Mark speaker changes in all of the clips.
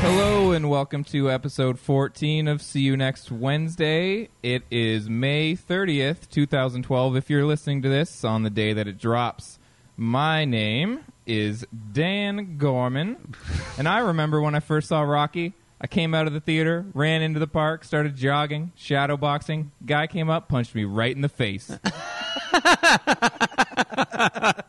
Speaker 1: Hello and welcome to episode 14 of See You Next Wednesday. It is May 30th, 2012. If you're listening to this on the day that it drops, my name is Dan Gorman. And I remember when I first saw Rocky, I came out of the theater, ran into the park, started jogging, shadow boxing. Guy came up, punched me right in the face.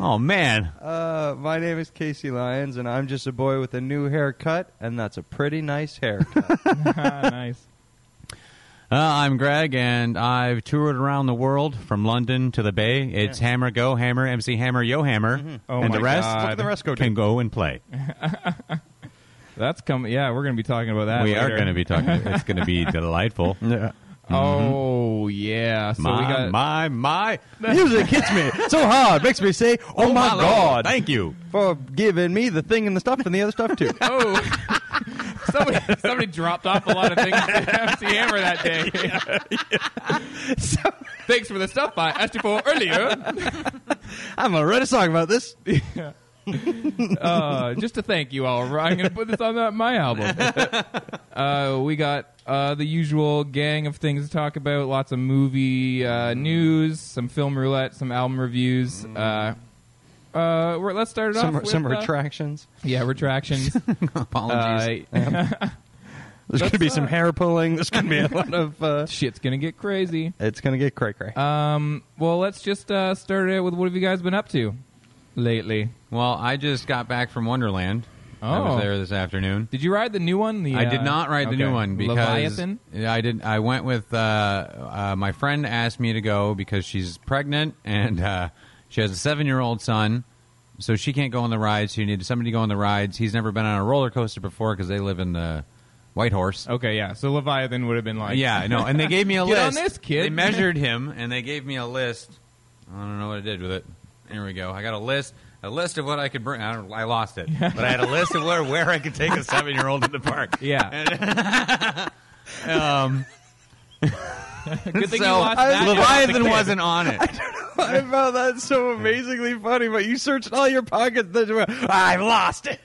Speaker 2: Oh man,
Speaker 3: Uh, my name is Casey Lyons, and I'm just a boy with a new haircut, and that's a pretty nice haircut.
Speaker 1: nice.
Speaker 2: uh, I'm Greg, and I've toured around the world from London to the Bay. It's Hammer, Go Hammer, MC Hammer, Yo Hammer,
Speaker 1: Oh
Speaker 2: and
Speaker 1: my
Speaker 2: the rest.
Speaker 1: God. Look at the
Speaker 2: rest go can go and play.
Speaker 1: That's coming. Yeah, we're going to be talking about that.
Speaker 2: we are
Speaker 1: later.
Speaker 2: going to be talking. It's going to be delightful. Yeah.
Speaker 1: Oh yeah. So
Speaker 2: Mm-hmm. my,
Speaker 1: we got
Speaker 2: my my music hits me so hard, makes me say, "Oh, my,
Speaker 1: my
Speaker 2: God!" Thank you.
Speaker 3: For giving me the thing and the stuff and the other stuff, too.
Speaker 1: Oh, somebody, somebody dropped off a lot of things to MC Hammer that day. Thanks for the stuff I asked you for earlier.
Speaker 3: I'm already talking about this.
Speaker 1: Uh, just to thank you all, I'm going to put this on that, my album. Uh, we got uh, the usual gang of things to talk about. Lots of movie uh, news, some film roulette, some album reviews. Uh, uh, we're- let's start it off
Speaker 3: Mm. Some,
Speaker 1: with
Speaker 3: some
Speaker 1: uh,
Speaker 3: retractions.
Speaker 1: yeah, retractions.
Speaker 2: Apologies.
Speaker 1: uh,
Speaker 3: There's going to be some hair pulling. There's going to be a lot of. Uh,
Speaker 1: shit's gonna get crazy.
Speaker 3: it's going to get cray cray.
Speaker 1: Um, well, let's just uh, start it with what have you guys been up to lately?
Speaker 2: well, I just got back from Wonderland. I
Speaker 1: Oh.
Speaker 2: was there this afternoon.
Speaker 1: Did you ride the new one? The,
Speaker 2: I
Speaker 1: uh,
Speaker 2: did not ride the
Speaker 1: okay.
Speaker 2: new one because
Speaker 1: Leviathan.
Speaker 2: Yeah, I did. I went with uh, uh, my friend asked me to go because she's pregnant and uh, she has a seven-year-old son, so she can't go on the rides. She needed somebody to go on the rides. He's never been on a roller coaster before because they live in the White Horse.
Speaker 1: Okay, yeah. So Leviathan would have been like,
Speaker 2: Yeah, no. And they gave me a
Speaker 1: Oh, Get on
Speaker 2: list.
Speaker 1: this, kid.
Speaker 2: They measured him and they gave me a list. I don't know what I did with it. Here we go. I got a list. A list of what I could bring. I, don't, I lost it, but I had a list of where where I could take a seven year old to the park.
Speaker 1: yeah.
Speaker 2: Um,
Speaker 1: Good thing
Speaker 2: so
Speaker 1: you lost that.
Speaker 2: Leviathan wasn't on it.
Speaker 3: I found that so amazingly funny, but you searched all your pockets. That you went, I've lost it.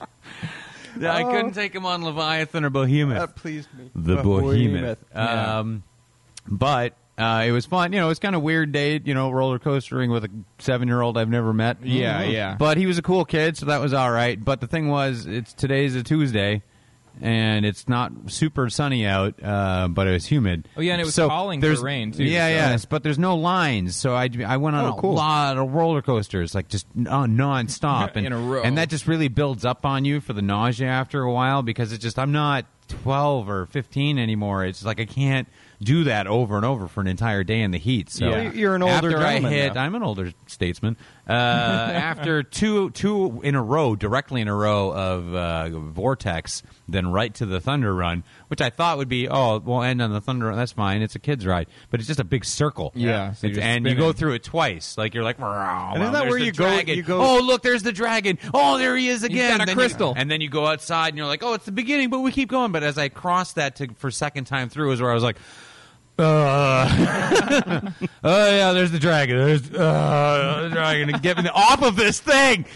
Speaker 2: I couldn't take him on Leviathan or Behemoth.
Speaker 1: Uh,
Speaker 3: That pleased me.
Speaker 2: the
Speaker 3: But
Speaker 2: Behemoth.
Speaker 3: Yeah.
Speaker 2: Um, but uh, it was fun. You know, it was kind of weird date. You know, roller coastering with a seven year old I've never met.
Speaker 1: Yeah, yeah.
Speaker 2: But he was a cool kid, so that was all right. But the thing was, it's today's a Tuesday. And it's not super sunny out, uh, but it was humid.
Speaker 1: Oh, yeah, and it was
Speaker 2: so
Speaker 1: calling for
Speaker 2: there's-
Speaker 1: rain, too,
Speaker 2: Yeah,
Speaker 1: so-
Speaker 2: yes, but there's no lines, so I, I went on
Speaker 3: Oh,
Speaker 2: a
Speaker 3: cool.
Speaker 2: lot of roller coasters, like just uh, nonstop, and
Speaker 1: In a row.
Speaker 2: and that just really builds up on you for the nausea after a while because it's just I'm not 12 or 15 anymore. It's like I can't do that over and over for an entire day in the heat. So
Speaker 1: Well,
Speaker 3: you're an older
Speaker 2: after I
Speaker 3: gentleman
Speaker 2: hit,
Speaker 3: now.
Speaker 2: I'm an older statesman. Uh, after two two in a row, directly in a row of uh, vortex, then right to the thunder run, which I thought would be oh we'll end on the thunder run. That's fine. It's a kids ride, but it's just a big circle.
Speaker 1: Yeah, so
Speaker 2: It's-
Speaker 1: you're
Speaker 2: and you
Speaker 1: spinning.
Speaker 2: go through it twice. Like you're like, wow,
Speaker 3: isn't that
Speaker 2: there's
Speaker 3: where
Speaker 2: the
Speaker 3: you go-
Speaker 2: dragon.
Speaker 3: you go-
Speaker 2: Oh, oh look, there's the dragon. Oh, there he is again.
Speaker 1: got a
Speaker 2: Then
Speaker 1: crystal.
Speaker 2: You, and then you go outside and you're like, oh, it's the beginning, but we keep going. But as I crossed that to, for second time through, is where I was like, Uh, oh yeah, there's the dragon. There's uh, the dragon. Get me off of this thing.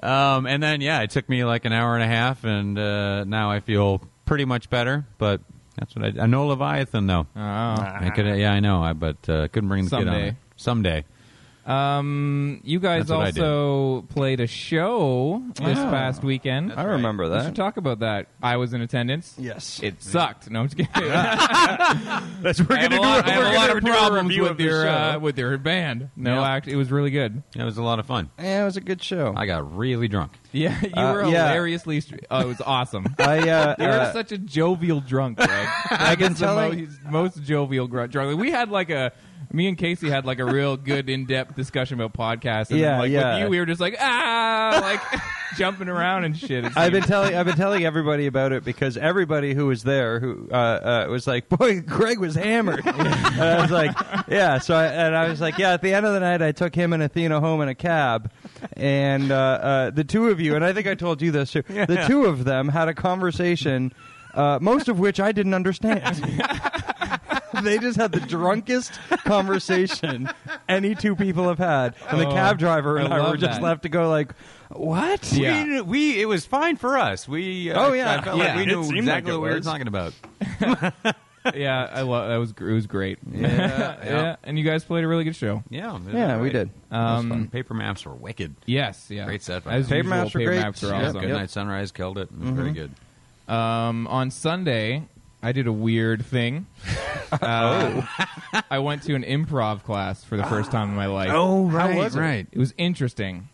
Speaker 2: Um, and then yeah, it took me like an hour and a half, and uh, now I feel pretty much better. But that's what I. I know Leviathan though.
Speaker 1: Oh.
Speaker 2: I could, yeah, I know. I but uh, couldn't bring the kid on.
Speaker 1: Someday.
Speaker 2: it. Someday.
Speaker 1: Um, you guys
Speaker 2: That's what I did.
Speaker 1: also played a show this past weekend.
Speaker 3: I remember
Speaker 1: We should
Speaker 3: that.
Speaker 1: talk about that. I was in attendance.
Speaker 3: Yes.
Speaker 1: It sucked. No, I'm just kidding.
Speaker 2: That's we're
Speaker 1: I have a lot, I have a lot of problems with
Speaker 2: your.
Speaker 1: their uh, with their band. No,
Speaker 2: Yeah.
Speaker 1: act. It was really good.
Speaker 2: It was a lot of fun.
Speaker 3: yeah, it was a good show.
Speaker 2: I got really drunk.
Speaker 1: Yeah, you
Speaker 3: Uh,
Speaker 1: were
Speaker 3: yeah.
Speaker 1: hilariously. Str- oh, it was awesome.
Speaker 3: I, uh,
Speaker 1: You were
Speaker 3: uh,
Speaker 1: such a jovial drunk, Greg.
Speaker 3: I can tell.
Speaker 1: Mo-
Speaker 3: I-
Speaker 1: he's most jovial gr- drunk. Like, we had like a me and Casey had like a real good in depth discussion about podcasts. And
Speaker 3: Yeah,
Speaker 1: like,
Speaker 3: yeah.
Speaker 1: With you, we were just like ah, like jumping around and shit. It
Speaker 3: I've
Speaker 1: seemed-
Speaker 3: been telling I've been telling everybody about it because everybody who was there who uh, uh, was like, "Boy, Greg was hammered." and I was like, "Yeah." So I, and I was like, "Yeah." At the end of the night, I took him and Athena home in a cab, and uh, uh, the two of you, and I think I told you this too. the two of them had a conversation, uh, most of which I didn't understand. They just had the drunkest conversation any two people have had, and the
Speaker 1: Oh,
Speaker 3: cab driver and
Speaker 1: I
Speaker 3: I, were
Speaker 1: love
Speaker 3: just
Speaker 1: that.
Speaker 3: left to go like, "What?"
Speaker 1: Yeah.
Speaker 2: We, we it was fine for us. We uh,
Speaker 3: Oh, yeah.
Speaker 2: I felt like
Speaker 1: Yeah.
Speaker 2: we
Speaker 1: It
Speaker 2: knew
Speaker 3: seemed
Speaker 2: exactly
Speaker 3: like it
Speaker 2: what we were
Speaker 3: was.
Speaker 2: talking about.
Speaker 1: yeah, I love that was gr- it was great. Yeah,
Speaker 2: yeah.
Speaker 1: and you guys played a really good show.
Speaker 2: Yeah, it was
Speaker 3: Yeah, we
Speaker 2: great.
Speaker 3: did.
Speaker 2: It was
Speaker 1: Um,
Speaker 2: fun. paper maps were wicked.
Speaker 1: Yes, yeah,
Speaker 2: Great set by
Speaker 1: As
Speaker 2: them.
Speaker 3: Paper
Speaker 1: usual,
Speaker 3: maps were
Speaker 1: paper
Speaker 3: great.
Speaker 1: maps are
Speaker 3: Yeah,
Speaker 1: awesome.
Speaker 2: Good night, sunrise killed it. It was Very good.
Speaker 1: Um, on Sunday, I did a weird thing. Uh,
Speaker 3: Oh.
Speaker 1: I went to an improv class for the first time in my life.
Speaker 2: Oh, right,
Speaker 3: was it?
Speaker 2: right.
Speaker 1: It was interesting.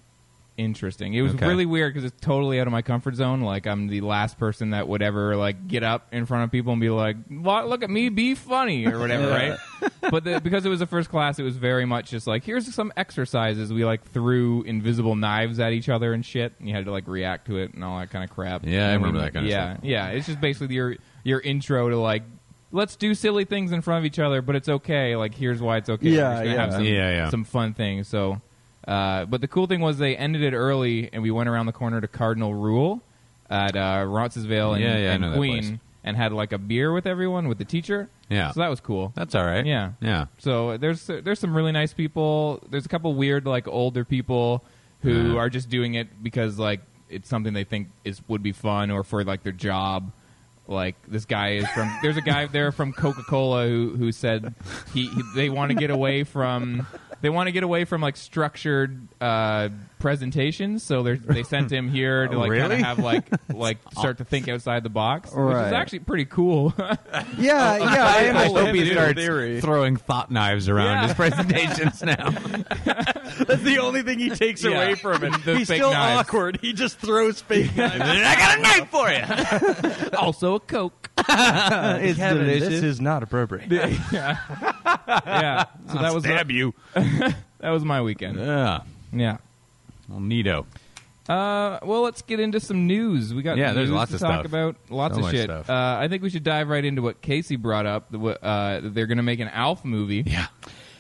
Speaker 1: Interesting. It was
Speaker 2: Okay.
Speaker 1: really weird because it's totally out of my comfort zone. Like I'm the last person that would ever like get up in front of people and be like, "Lo- "Look at me, be funny" or whatever, right? But the, because it was the first class, it was very much just like, "Here's some exercises." We like threw invisible knives at each other and shit, and you had to like react to it and all that kind of crap.
Speaker 2: Yeah, I
Speaker 1: And we-
Speaker 2: remember that kind of
Speaker 1: yeah,
Speaker 2: stuff.
Speaker 1: Yeah, It's just basically your your intro to like. Let's do silly things in front of each other, but it's okay. Like, here's why it's okay. We're
Speaker 3: Yeah,
Speaker 1: just gonna
Speaker 3: yeah.
Speaker 1: have some-
Speaker 2: Yeah, yeah.
Speaker 1: some some fun things. So, uh, but the cool thing was they ended it early, and we went around the corner to Cardinal Rule at uh, Roncesvalles and,
Speaker 2: Yeah, yeah, I
Speaker 1: and
Speaker 2: know that place.
Speaker 1: Queen, and had like a beer with everyone with the teacher.
Speaker 2: Yeah.
Speaker 1: so that was cool.
Speaker 2: That's all right.
Speaker 1: Yeah.
Speaker 2: yeah.
Speaker 1: So there's there's some really nice people. There's a couple weird like older people who
Speaker 2: Yeah.
Speaker 1: are just doing it because like it's something they think is would be fun or for like their job. Like this guy is from there's a guy there from Coca Cola who who said he, he they want to get away from they want to get away from like structured uh, presentations. So they they sent him here to like kind
Speaker 2: Oh, Really?
Speaker 1: of have like like start to think outside the box, which
Speaker 3: Right.
Speaker 1: is actually pretty cool. Uh,
Speaker 3: Yeah, yeah, I
Speaker 2: I
Speaker 3: understand
Speaker 2: hope
Speaker 3: the
Speaker 2: he starts
Speaker 3: theory.
Speaker 2: throwing thought knives around
Speaker 1: Yeah.
Speaker 2: his presentations now.
Speaker 3: That's the only thing he takes
Speaker 1: Yeah. away from it. The
Speaker 3: He's
Speaker 1: fake
Speaker 3: still
Speaker 1: knives.
Speaker 3: awkward. He just throws fake knives.
Speaker 2: I got a knife for you.
Speaker 1: also a Coke.
Speaker 3: it's delicious. This is not appropriate.
Speaker 1: yeah. So that was
Speaker 2: stab you.
Speaker 1: that was my weekend.
Speaker 2: Yeah,
Speaker 1: Yeah.
Speaker 2: well, neato.
Speaker 1: Uh, well, let's get into some news. We got
Speaker 2: Yeah, there's
Speaker 1: news
Speaker 2: lots
Speaker 1: to
Speaker 2: of
Speaker 1: talk
Speaker 2: stuff.
Speaker 1: about. Lots
Speaker 2: So
Speaker 1: of
Speaker 2: much
Speaker 1: shit.
Speaker 2: stuff.
Speaker 1: Uh, I think we should dive right into what Casey brought up. the wh- Uh, they're going to make an Alf movie.
Speaker 2: Yeah,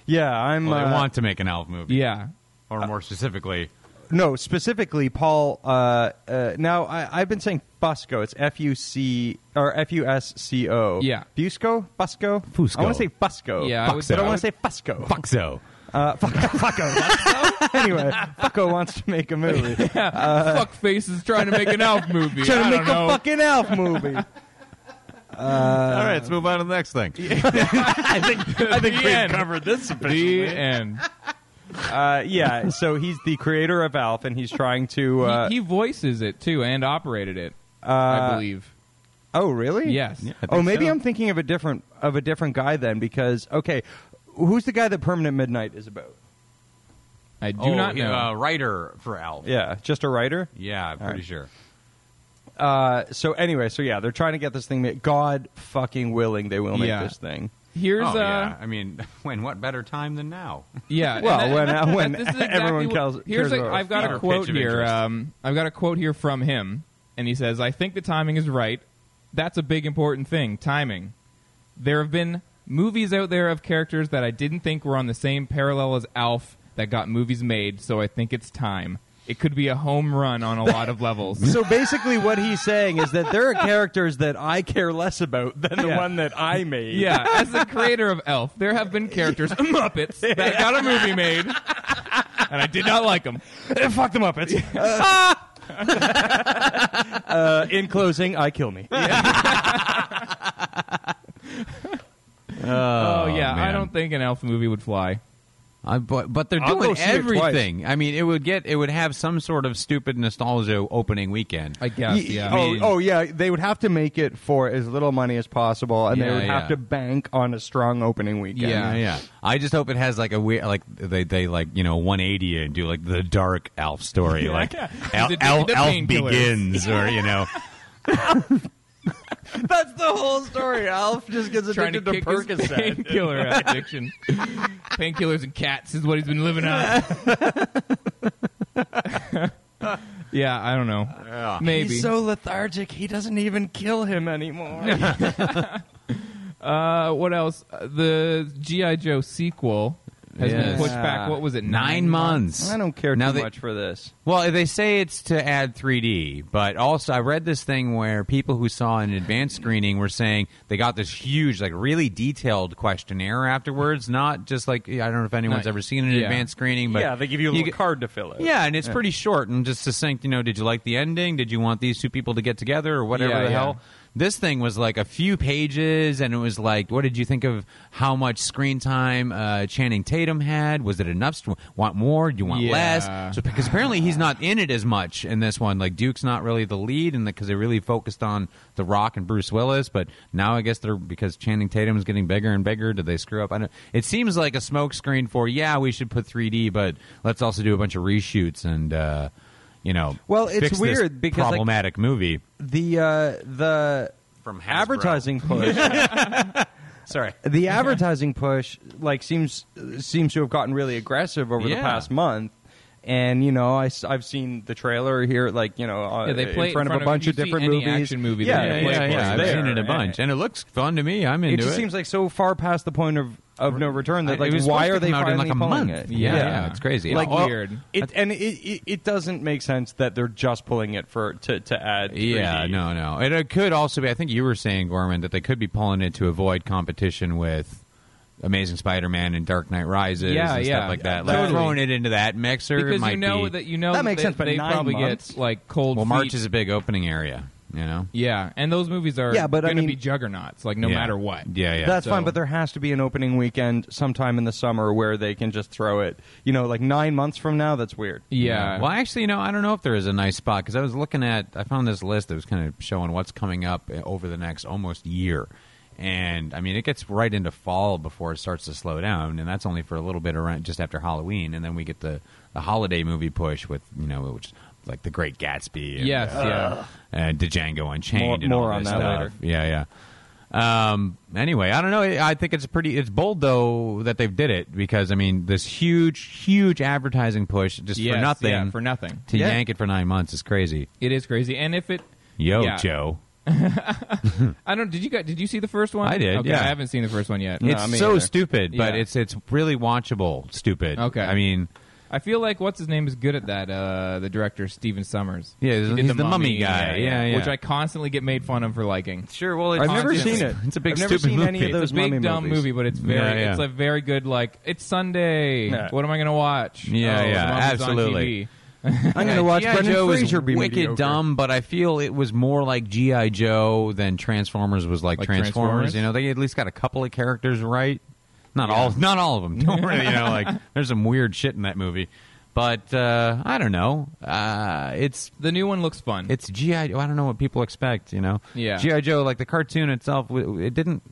Speaker 3: Yeah, I'm.
Speaker 2: well,
Speaker 3: uh,
Speaker 2: they want to make an Alf movie,
Speaker 1: Yeah.
Speaker 2: or more specifically,
Speaker 3: no, specifically Paul. Uh, uh, now I, I've been saying Fusco. It's F U C or F U S C O.
Speaker 1: Yeah.
Speaker 3: Fusco, Fusco,
Speaker 2: Fusco.
Speaker 3: I want to say Fusco.
Speaker 1: Yeah, I would-
Speaker 3: but
Speaker 1: I
Speaker 3: I want
Speaker 1: would-
Speaker 3: to say Fusco.
Speaker 2: Foxo.
Speaker 3: Uh, fuck, fucko. Fusco? anyway, Fucko wants to make a movie.
Speaker 2: Uh,
Speaker 1: Fuck faces trying to make an Alf movie.
Speaker 3: Trying
Speaker 1: I
Speaker 3: to
Speaker 1: don't
Speaker 3: make
Speaker 1: know.
Speaker 3: a fucking elf movie.
Speaker 2: All right, let's move on to the next thing.
Speaker 1: I think I think
Speaker 2: we've covered this
Speaker 1: the end.
Speaker 3: Uh, yeah, so he's the creator of Alf, and he's trying to. Uh,
Speaker 1: he, he voices it too and operated it.
Speaker 2: uh,
Speaker 1: I believe.
Speaker 3: oh, really?
Speaker 1: Yes. Yeah, I
Speaker 3: oh,
Speaker 2: think
Speaker 3: maybe
Speaker 2: so.
Speaker 3: I'm thinking of a different of a different guy then, because okay, who's the guy that Permanent Midnight is about?
Speaker 1: I do not know.
Speaker 2: Uh, writer for Alf.
Speaker 3: Yeah, just a writer.
Speaker 2: Yeah, I'm pretty
Speaker 3: right.
Speaker 2: sure.
Speaker 3: Uh, so anyway, so yeah, they're trying to get this thing. Made. God fucking willing, they will make
Speaker 1: Yeah.
Speaker 3: this thing.
Speaker 1: Here's
Speaker 2: oh,
Speaker 1: uh,
Speaker 2: yeah. I mean, when what better time than now?
Speaker 1: Yeah. and
Speaker 3: Well,
Speaker 1: that-
Speaker 3: when-
Speaker 1: that-
Speaker 3: when
Speaker 1: this is exactly
Speaker 3: everyone
Speaker 1: what-
Speaker 3: cares-
Speaker 1: here's
Speaker 3: cares
Speaker 1: a,
Speaker 3: about
Speaker 1: I've got
Speaker 2: our
Speaker 1: a quote
Speaker 2: pitch of
Speaker 1: here.
Speaker 2: interest.
Speaker 1: Um, I've got a quote here from him, and he says, "I think the timing is right. That's a big important thing. Timing. There have been movies out there of characters that I didn't think were on the same parallel as Alf that got movies made. So I think it's time." It could be a home run on a lot of levels.
Speaker 3: So basically, what he's saying is that there are characters that I care less about than the one that I made.
Speaker 1: Yeah, as the creator of Elf, there have been characters, Muppets, that got a movie made, and I did not like them.
Speaker 3: fuck the Muppets. Uh, in closing, I kill me.
Speaker 1: Oh, yeah, I
Speaker 2: man.
Speaker 1: don't think an Elf movie would fly.
Speaker 2: I, but but they're
Speaker 3: I'll go
Speaker 2: doing
Speaker 3: see it twice.
Speaker 2: everything. I mean, it would get it would have some sort of stupid nostalgia opening weekend.
Speaker 1: I guess, yeah.
Speaker 3: Oh, oh, yeah. They would have to make it for as little money as possible, and they
Speaker 2: Yeah,
Speaker 3: would
Speaker 2: yeah.
Speaker 3: have to bank on a strong opening weekend.
Speaker 2: yeah, yeah. I just hope it has like a weird, like they they like you know 180 and do like the dark elf story, like El-
Speaker 1: He's addicted
Speaker 2: El-
Speaker 1: to
Speaker 2: elf
Speaker 1: painkillers.
Speaker 2: begins, or you know,
Speaker 3: That's the whole story. Alf just gets
Speaker 1: Trying to kick his painkiller addiction. Painkillers and cats is what he's been living on. yeah, I don't know. Maybe.
Speaker 3: He's so lethargic, he doesn't even kill him anymore.
Speaker 1: Uh, what else? Uh, The GI Joe sequel has been
Speaker 2: Yes.
Speaker 1: pushed back. What was it?
Speaker 2: nine months.
Speaker 3: I don't care
Speaker 2: Now
Speaker 3: too
Speaker 2: they-
Speaker 3: much for this.
Speaker 2: Well, they say it's to add 3D, but also I read this thing where people who saw an advanced screening were saying they got this huge, like really detailed questionnaire afterwards. Not just like I don't know if anyone's
Speaker 1: Not-
Speaker 2: ever seen an
Speaker 1: yeah.
Speaker 2: advanced screening, but get-
Speaker 3: card to fill out.
Speaker 2: Yeah, and it's pretty short and just succinct. You know, did you like the ending? Did you want these two people to get together or whatever
Speaker 1: Yeah,
Speaker 2: the
Speaker 1: yeah.
Speaker 2: hell? This thing was like a few pages, and it was like, what did you think of how much screen time uh, Channing Tatum had? Was it enough? Do you Want more? Do you want
Speaker 1: Yeah.
Speaker 2: less? So because apparently he's not in it as much in this one. Like Duke's not really the lead, and because they really focused on The Rock and Bruce Willis. But now I guess they're because Channing Tatum is getting bigger and bigger. Did they screw up? I don't. It seems like a smokescreen for yeah, we should put 3D, but let's also do a bunch of reshoots and uh, you know,
Speaker 3: Well, it's
Speaker 2: fix this
Speaker 3: weird because, like-
Speaker 2: problematic movie.
Speaker 3: The uh, the
Speaker 2: From Hasbro.
Speaker 3: advertising push.
Speaker 2: Sorry.
Speaker 3: the advertising push like seems seems to have gotten really aggressive over
Speaker 2: Yeah.
Speaker 3: the past month and you know I, have seen the trailer here like you know uh,
Speaker 1: Yeah, they play it
Speaker 3: in front
Speaker 1: in front
Speaker 3: of a
Speaker 1: of-
Speaker 3: bunch
Speaker 1: you
Speaker 3: of
Speaker 1: see
Speaker 3: different
Speaker 1: any
Speaker 3: movies
Speaker 1: action movie,
Speaker 3: yeah
Speaker 1: they
Speaker 2: Yeah,
Speaker 1: play
Speaker 2: yeah,
Speaker 1: it
Speaker 2: yeah.
Speaker 1: for
Speaker 2: I've
Speaker 1: there.
Speaker 2: seen it a bunch, and it looks fun to me. I'm into
Speaker 3: it
Speaker 2: it.
Speaker 3: just seems like so far past the point of of no return that
Speaker 2: I- it
Speaker 3: like
Speaker 2: was
Speaker 3: why
Speaker 2: supposed to
Speaker 3: are they
Speaker 2: come out in,
Speaker 3: finally
Speaker 2: like, a
Speaker 3: pulling it
Speaker 2: month? Yeah, yeah, it's crazy.
Speaker 3: like
Speaker 2: Well,
Speaker 1: weird.
Speaker 3: it, and it, it it doesn't make sense that they're just pulling it for to to add 3D.
Speaker 2: Yeah, no, no. And it could also be. I think you were saying, Gorman, that they could be pulling it to avoid competition with Amazing Spider-Man and Dark Knight Rises,
Speaker 1: Yeah,
Speaker 2: and
Speaker 1: yeah.
Speaker 2: stuff like that.
Speaker 1: Totally.
Speaker 2: Like throwing it into that mixer it
Speaker 1: because
Speaker 2: might
Speaker 1: you know
Speaker 2: be,
Speaker 1: that you know
Speaker 3: That makes
Speaker 1: they,
Speaker 3: sense, but
Speaker 1: they
Speaker 3: nine
Speaker 1: probably
Speaker 3: months?
Speaker 1: get like cold.
Speaker 2: well, March
Speaker 1: feet.
Speaker 2: is a big opening area. You know,
Speaker 1: yeah, and those movies are
Speaker 3: Yeah, but I
Speaker 1: going
Speaker 3: mean-
Speaker 1: to be juggernauts, like no
Speaker 2: Yeah.
Speaker 1: matter what.
Speaker 2: Yeah, yeah.
Speaker 3: That's
Speaker 1: So-
Speaker 3: fine, but there has to be an opening weekend sometime in the summer where they can just throw it. You know, like nine months from now, that's weird.
Speaker 1: yeah.
Speaker 2: Well, actually, you know, I don't know if there is a nice spot because I was looking at, I found this list that was kind of showing what's coming up eh, over the next almost year. And I mean, it gets right into fall before it starts to slow down, and that's only for a little bit around just after Halloween, and then we get the, the holiday movie push with you know, which is like the Great Gatsby, and,
Speaker 1: Yes,
Speaker 2: uh, and Django Unchained,
Speaker 3: More-
Speaker 2: and
Speaker 3: more
Speaker 2: all
Speaker 3: on
Speaker 2: this
Speaker 3: that
Speaker 2: stuff.
Speaker 3: later.
Speaker 2: Yeah, yeah. Um, anyway, I don't know. I think it's pretty. It's bold though that they've did it because I mean, this huge, huge advertising push just
Speaker 1: Yes,
Speaker 2: for nothing.
Speaker 1: yeah, for nothing.
Speaker 2: To
Speaker 3: Yeah.
Speaker 2: yank it for nine months is crazy.
Speaker 1: It is crazy, and if it,
Speaker 2: Yo,
Speaker 1: Yeah.
Speaker 2: Joe.
Speaker 1: I don't. Did you guys? Did you see the first one?
Speaker 2: I did,
Speaker 1: Okay,
Speaker 2: yeah.
Speaker 1: I haven't seen the first one yet.
Speaker 2: it's
Speaker 3: me
Speaker 2: so
Speaker 3: either.
Speaker 2: stupid, but
Speaker 1: Yeah.
Speaker 2: it's it's really watchable. Stupid.
Speaker 1: Okay.
Speaker 2: I mean,
Speaker 1: I feel like what's his name is good at that. Uh, the director Steven Summers.
Speaker 2: Yeah, he's-
Speaker 1: He did
Speaker 2: he's the mummy guy. Yeah, yeah.
Speaker 1: Which I constantly get made fun of for liking.
Speaker 2: sure. Well,
Speaker 3: I've never seen it.
Speaker 2: It's a big
Speaker 3: I've never
Speaker 2: stupid
Speaker 3: seen any
Speaker 2: movie.
Speaker 3: of those
Speaker 1: It's a big
Speaker 3: mummy
Speaker 1: dumb
Speaker 3: movies.
Speaker 1: movie, but it's very.
Speaker 2: Yeah, yeah.
Speaker 1: It's a very good like. It's Sunday.
Speaker 3: Yeah.
Speaker 1: What am I gonna watch?
Speaker 2: Yeah,
Speaker 1: oh,
Speaker 2: yeah,
Speaker 1: the Mummy's
Speaker 2: absolutely.
Speaker 1: On TV.
Speaker 3: I'm going to watch
Speaker 2: G.I.
Speaker 3: Brendan
Speaker 2: Joe is
Speaker 3: Fraser be
Speaker 2: wicked
Speaker 3: mediocre.
Speaker 2: dumb, but I feel it was more like GI Joe than Transformers was like,
Speaker 1: Like
Speaker 2: Transformers.
Speaker 1: Transformers?
Speaker 2: You know, they at least got a couple of characters right. Not all, not all of them. Don't worry. You know, like there's some weird shit in that movie, but uh, I don't know. Uh, it's
Speaker 1: The new one looks fun.
Speaker 2: it's GI. Joe. I don't know what people expect. You know,
Speaker 1: Yeah.
Speaker 2: GI Joe. Like the cartoon itself, w- it didn't.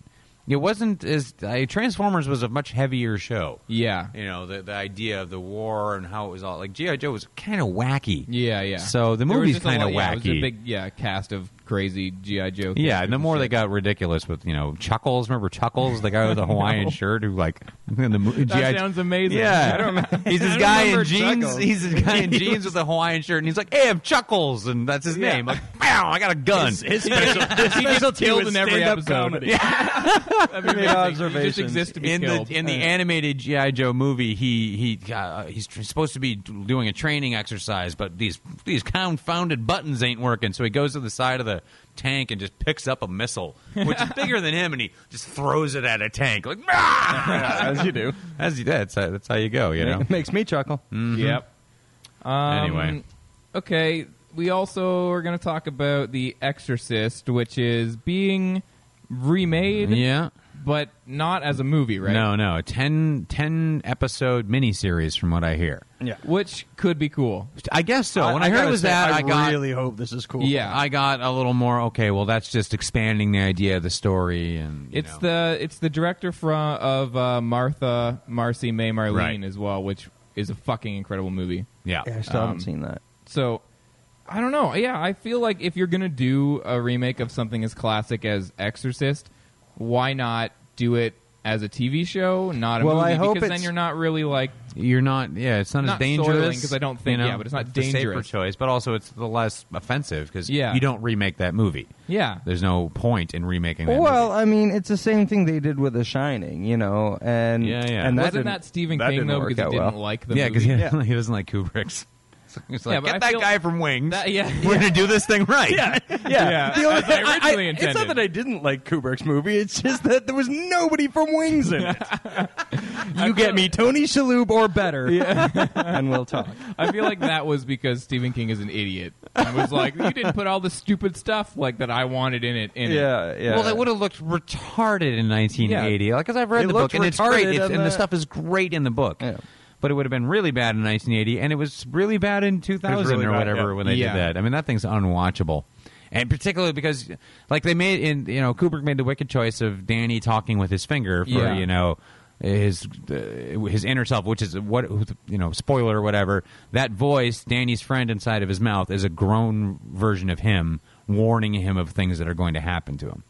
Speaker 2: It wasn't as uh, Transformers was a much heavier show.
Speaker 1: yeah.
Speaker 2: You know, the the idea of the war and how it was all like GI Joe was kind of wacky.
Speaker 1: Yeah, yeah.
Speaker 2: So the
Speaker 1: There was
Speaker 2: movie's
Speaker 1: just a
Speaker 2: kind of
Speaker 1: lot- yeah, it was a
Speaker 2: wacky.
Speaker 1: big yeah cast of crazy GI Joe.
Speaker 2: Yeah, and the more they got ridiculous with you know Chuckles. Remember Chuckles, the guy with the Hawaiian shirt who like in the movie.
Speaker 1: That sounds amazing.
Speaker 2: Yeah,
Speaker 1: I don't remember-
Speaker 2: he's
Speaker 1: I
Speaker 2: this
Speaker 1: don't
Speaker 2: guy in
Speaker 1: remember
Speaker 2: jeans.
Speaker 1: Chuckles.
Speaker 2: He's this guy in jeans with a Hawaiian shirt, and he's like, "Hey, I'm Chuckles," and that's his
Speaker 1: Yeah.
Speaker 2: name. Like, wow, I got a gun.
Speaker 4: His special, his
Speaker 1: He gets
Speaker 4: specialty
Speaker 1: killed
Speaker 4: was
Speaker 1: in every
Speaker 4: stand-up
Speaker 1: episode.
Speaker 4: comedy.
Speaker 1: That'd be amazing. You
Speaker 3: Made
Speaker 1: just
Speaker 3: observations.
Speaker 1: exist to be
Speaker 2: in
Speaker 1: killed.
Speaker 2: the in the animated GI Joe movie, he he uh, he's tr- supposed to be doing a training exercise, but these these confounded buttons ain't working. So he goes to the side of the tank and just picks up a missile, which is bigger than him, and he just throws it at a tank like "Ah!"
Speaker 3: as you do.
Speaker 2: as you that's how, that's how you go, you know.
Speaker 3: It makes me chuckle.
Speaker 2: Mm-hmm.
Speaker 1: Yep.
Speaker 2: anyway,
Speaker 1: Um, Okay, we also are going to talk about The Exorcist, which is being remade,
Speaker 2: yeah.
Speaker 1: but not as a movie, right?
Speaker 2: No, no, 10, 10 episode miniseries from what I hear.
Speaker 3: Yeah.
Speaker 1: Which could be cool.
Speaker 2: I guess so. When I, heard it
Speaker 3: gotta
Speaker 2: was
Speaker 3: say,
Speaker 2: that,
Speaker 3: I,
Speaker 2: I got
Speaker 3: really hope this is cool.
Speaker 1: Yeah.
Speaker 2: I got a little more okay. Well, that's just expanding the idea of the story, and you
Speaker 1: It's
Speaker 2: know.
Speaker 1: the it's the director from of uh, Martha Marcy May Marlene
Speaker 2: Right.
Speaker 1: as well, which is a fucking incredible movie.
Speaker 2: yeah.
Speaker 3: Yeah, I still haven't seen that.
Speaker 1: So I don't know. Yeah, I feel like if you're gonna do a remake of something as classic as Exorcist, why not do it as a TV show, not a
Speaker 3: Well,
Speaker 1: movie?
Speaker 3: I hope
Speaker 1: because then
Speaker 3: it's-
Speaker 1: you're not really like
Speaker 2: You're not. Yeah, it's not,
Speaker 1: Not
Speaker 2: as dangerous
Speaker 1: soiling, 'cause I don't think- yeah, but it's not
Speaker 2: the safer
Speaker 1: dangerous.
Speaker 2: choice, but also it's the less offensive because
Speaker 1: Yeah.
Speaker 2: you don't remake that movie.
Speaker 1: yeah.
Speaker 2: There's no point in remaking that.
Speaker 3: Well, I mean, it's the same thing they did with The Shining, you know, and
Speaker 2: Yeah, yeah.
Speaker 3: and that
Speaker 1: Wasn't
Speaker 3: didn't-
Speaker 1: that Stephen
Speaker 3: that
Speaker 1: King
Speaker 3: didn't
Speaker 1: though?
Speaker 3: work
Speaker 1: Because he
Speaker 3: out
Speaker 1: didn't
Speaker 3: well.
Speaker 1: like the
Speaker 2: movie. yeah, because
Speaker 1: movie.
Speaker 2: he, he doesn't like Kubrick's. It's like,
Speaker 1: Yeah, but
Speaker 2: get
Speaker 1: I
Speaker 2: that
Speaker 1: feel-
Speaker 2: guy from Wings.
Speaker 1: That- yeah.
Speaker 2: We're gonna do this thing right.
Speaker 3: Yeah,
Speaker 1: Yeah,
Speaker 3: The only-
Speaker 1: as I
Speaker 3: I-
Speaker 1: originally
Speaker 3: I- It's not
Speaker 1: intended.
Speaker 3: that I didn't like Kubrick's movie. It's just that there was nobody from Wings in it. you get me Tony Shalhoub or better, and we'll talk.
Speaker 1: I feel like that was because Stephen King is an idiot and was like, "You didn't put all the stupid stuff like that I wanted in it." In it.
Speaker 3: Yeah, yeah.
Speaker 2: Well, they would have looked retarded in 1980. Like, because I've read
Speaker 3: It
Speaker 2: the book,
Speaker 3: looked
Speaker 2: and it's
Speaker 3: retarded
Speaker 2: great, it's,
Speaker 3: on
Speaker 2: and the
Speaker 3: the-
Speaker 2: stuff is great in the book.
Speaker 3: Yeah.
Speaker 2: But it would have been really bad in 1980, and it was really bad in 2000
Speaker 3: really
Speaker 2: or
Speaker 3: bad,
Speaker 2: whatever
Speaker 3: yeah.
Speaker 2: when they
Speaker 1: Yeah.
Speaker 2: did that. I mean, that thing's unwatchable, and particularly because, like, they made in you know Kubrick made the wicked choice of Danny talking with his finger for
Speaker 1: Yeah.
Speaker 2: you know his uh, his inner self, which is what you know spoiler or whatever. That voice, Danny's friend inside of his mouth, is a grown version of him warning him of things that are going to happen to him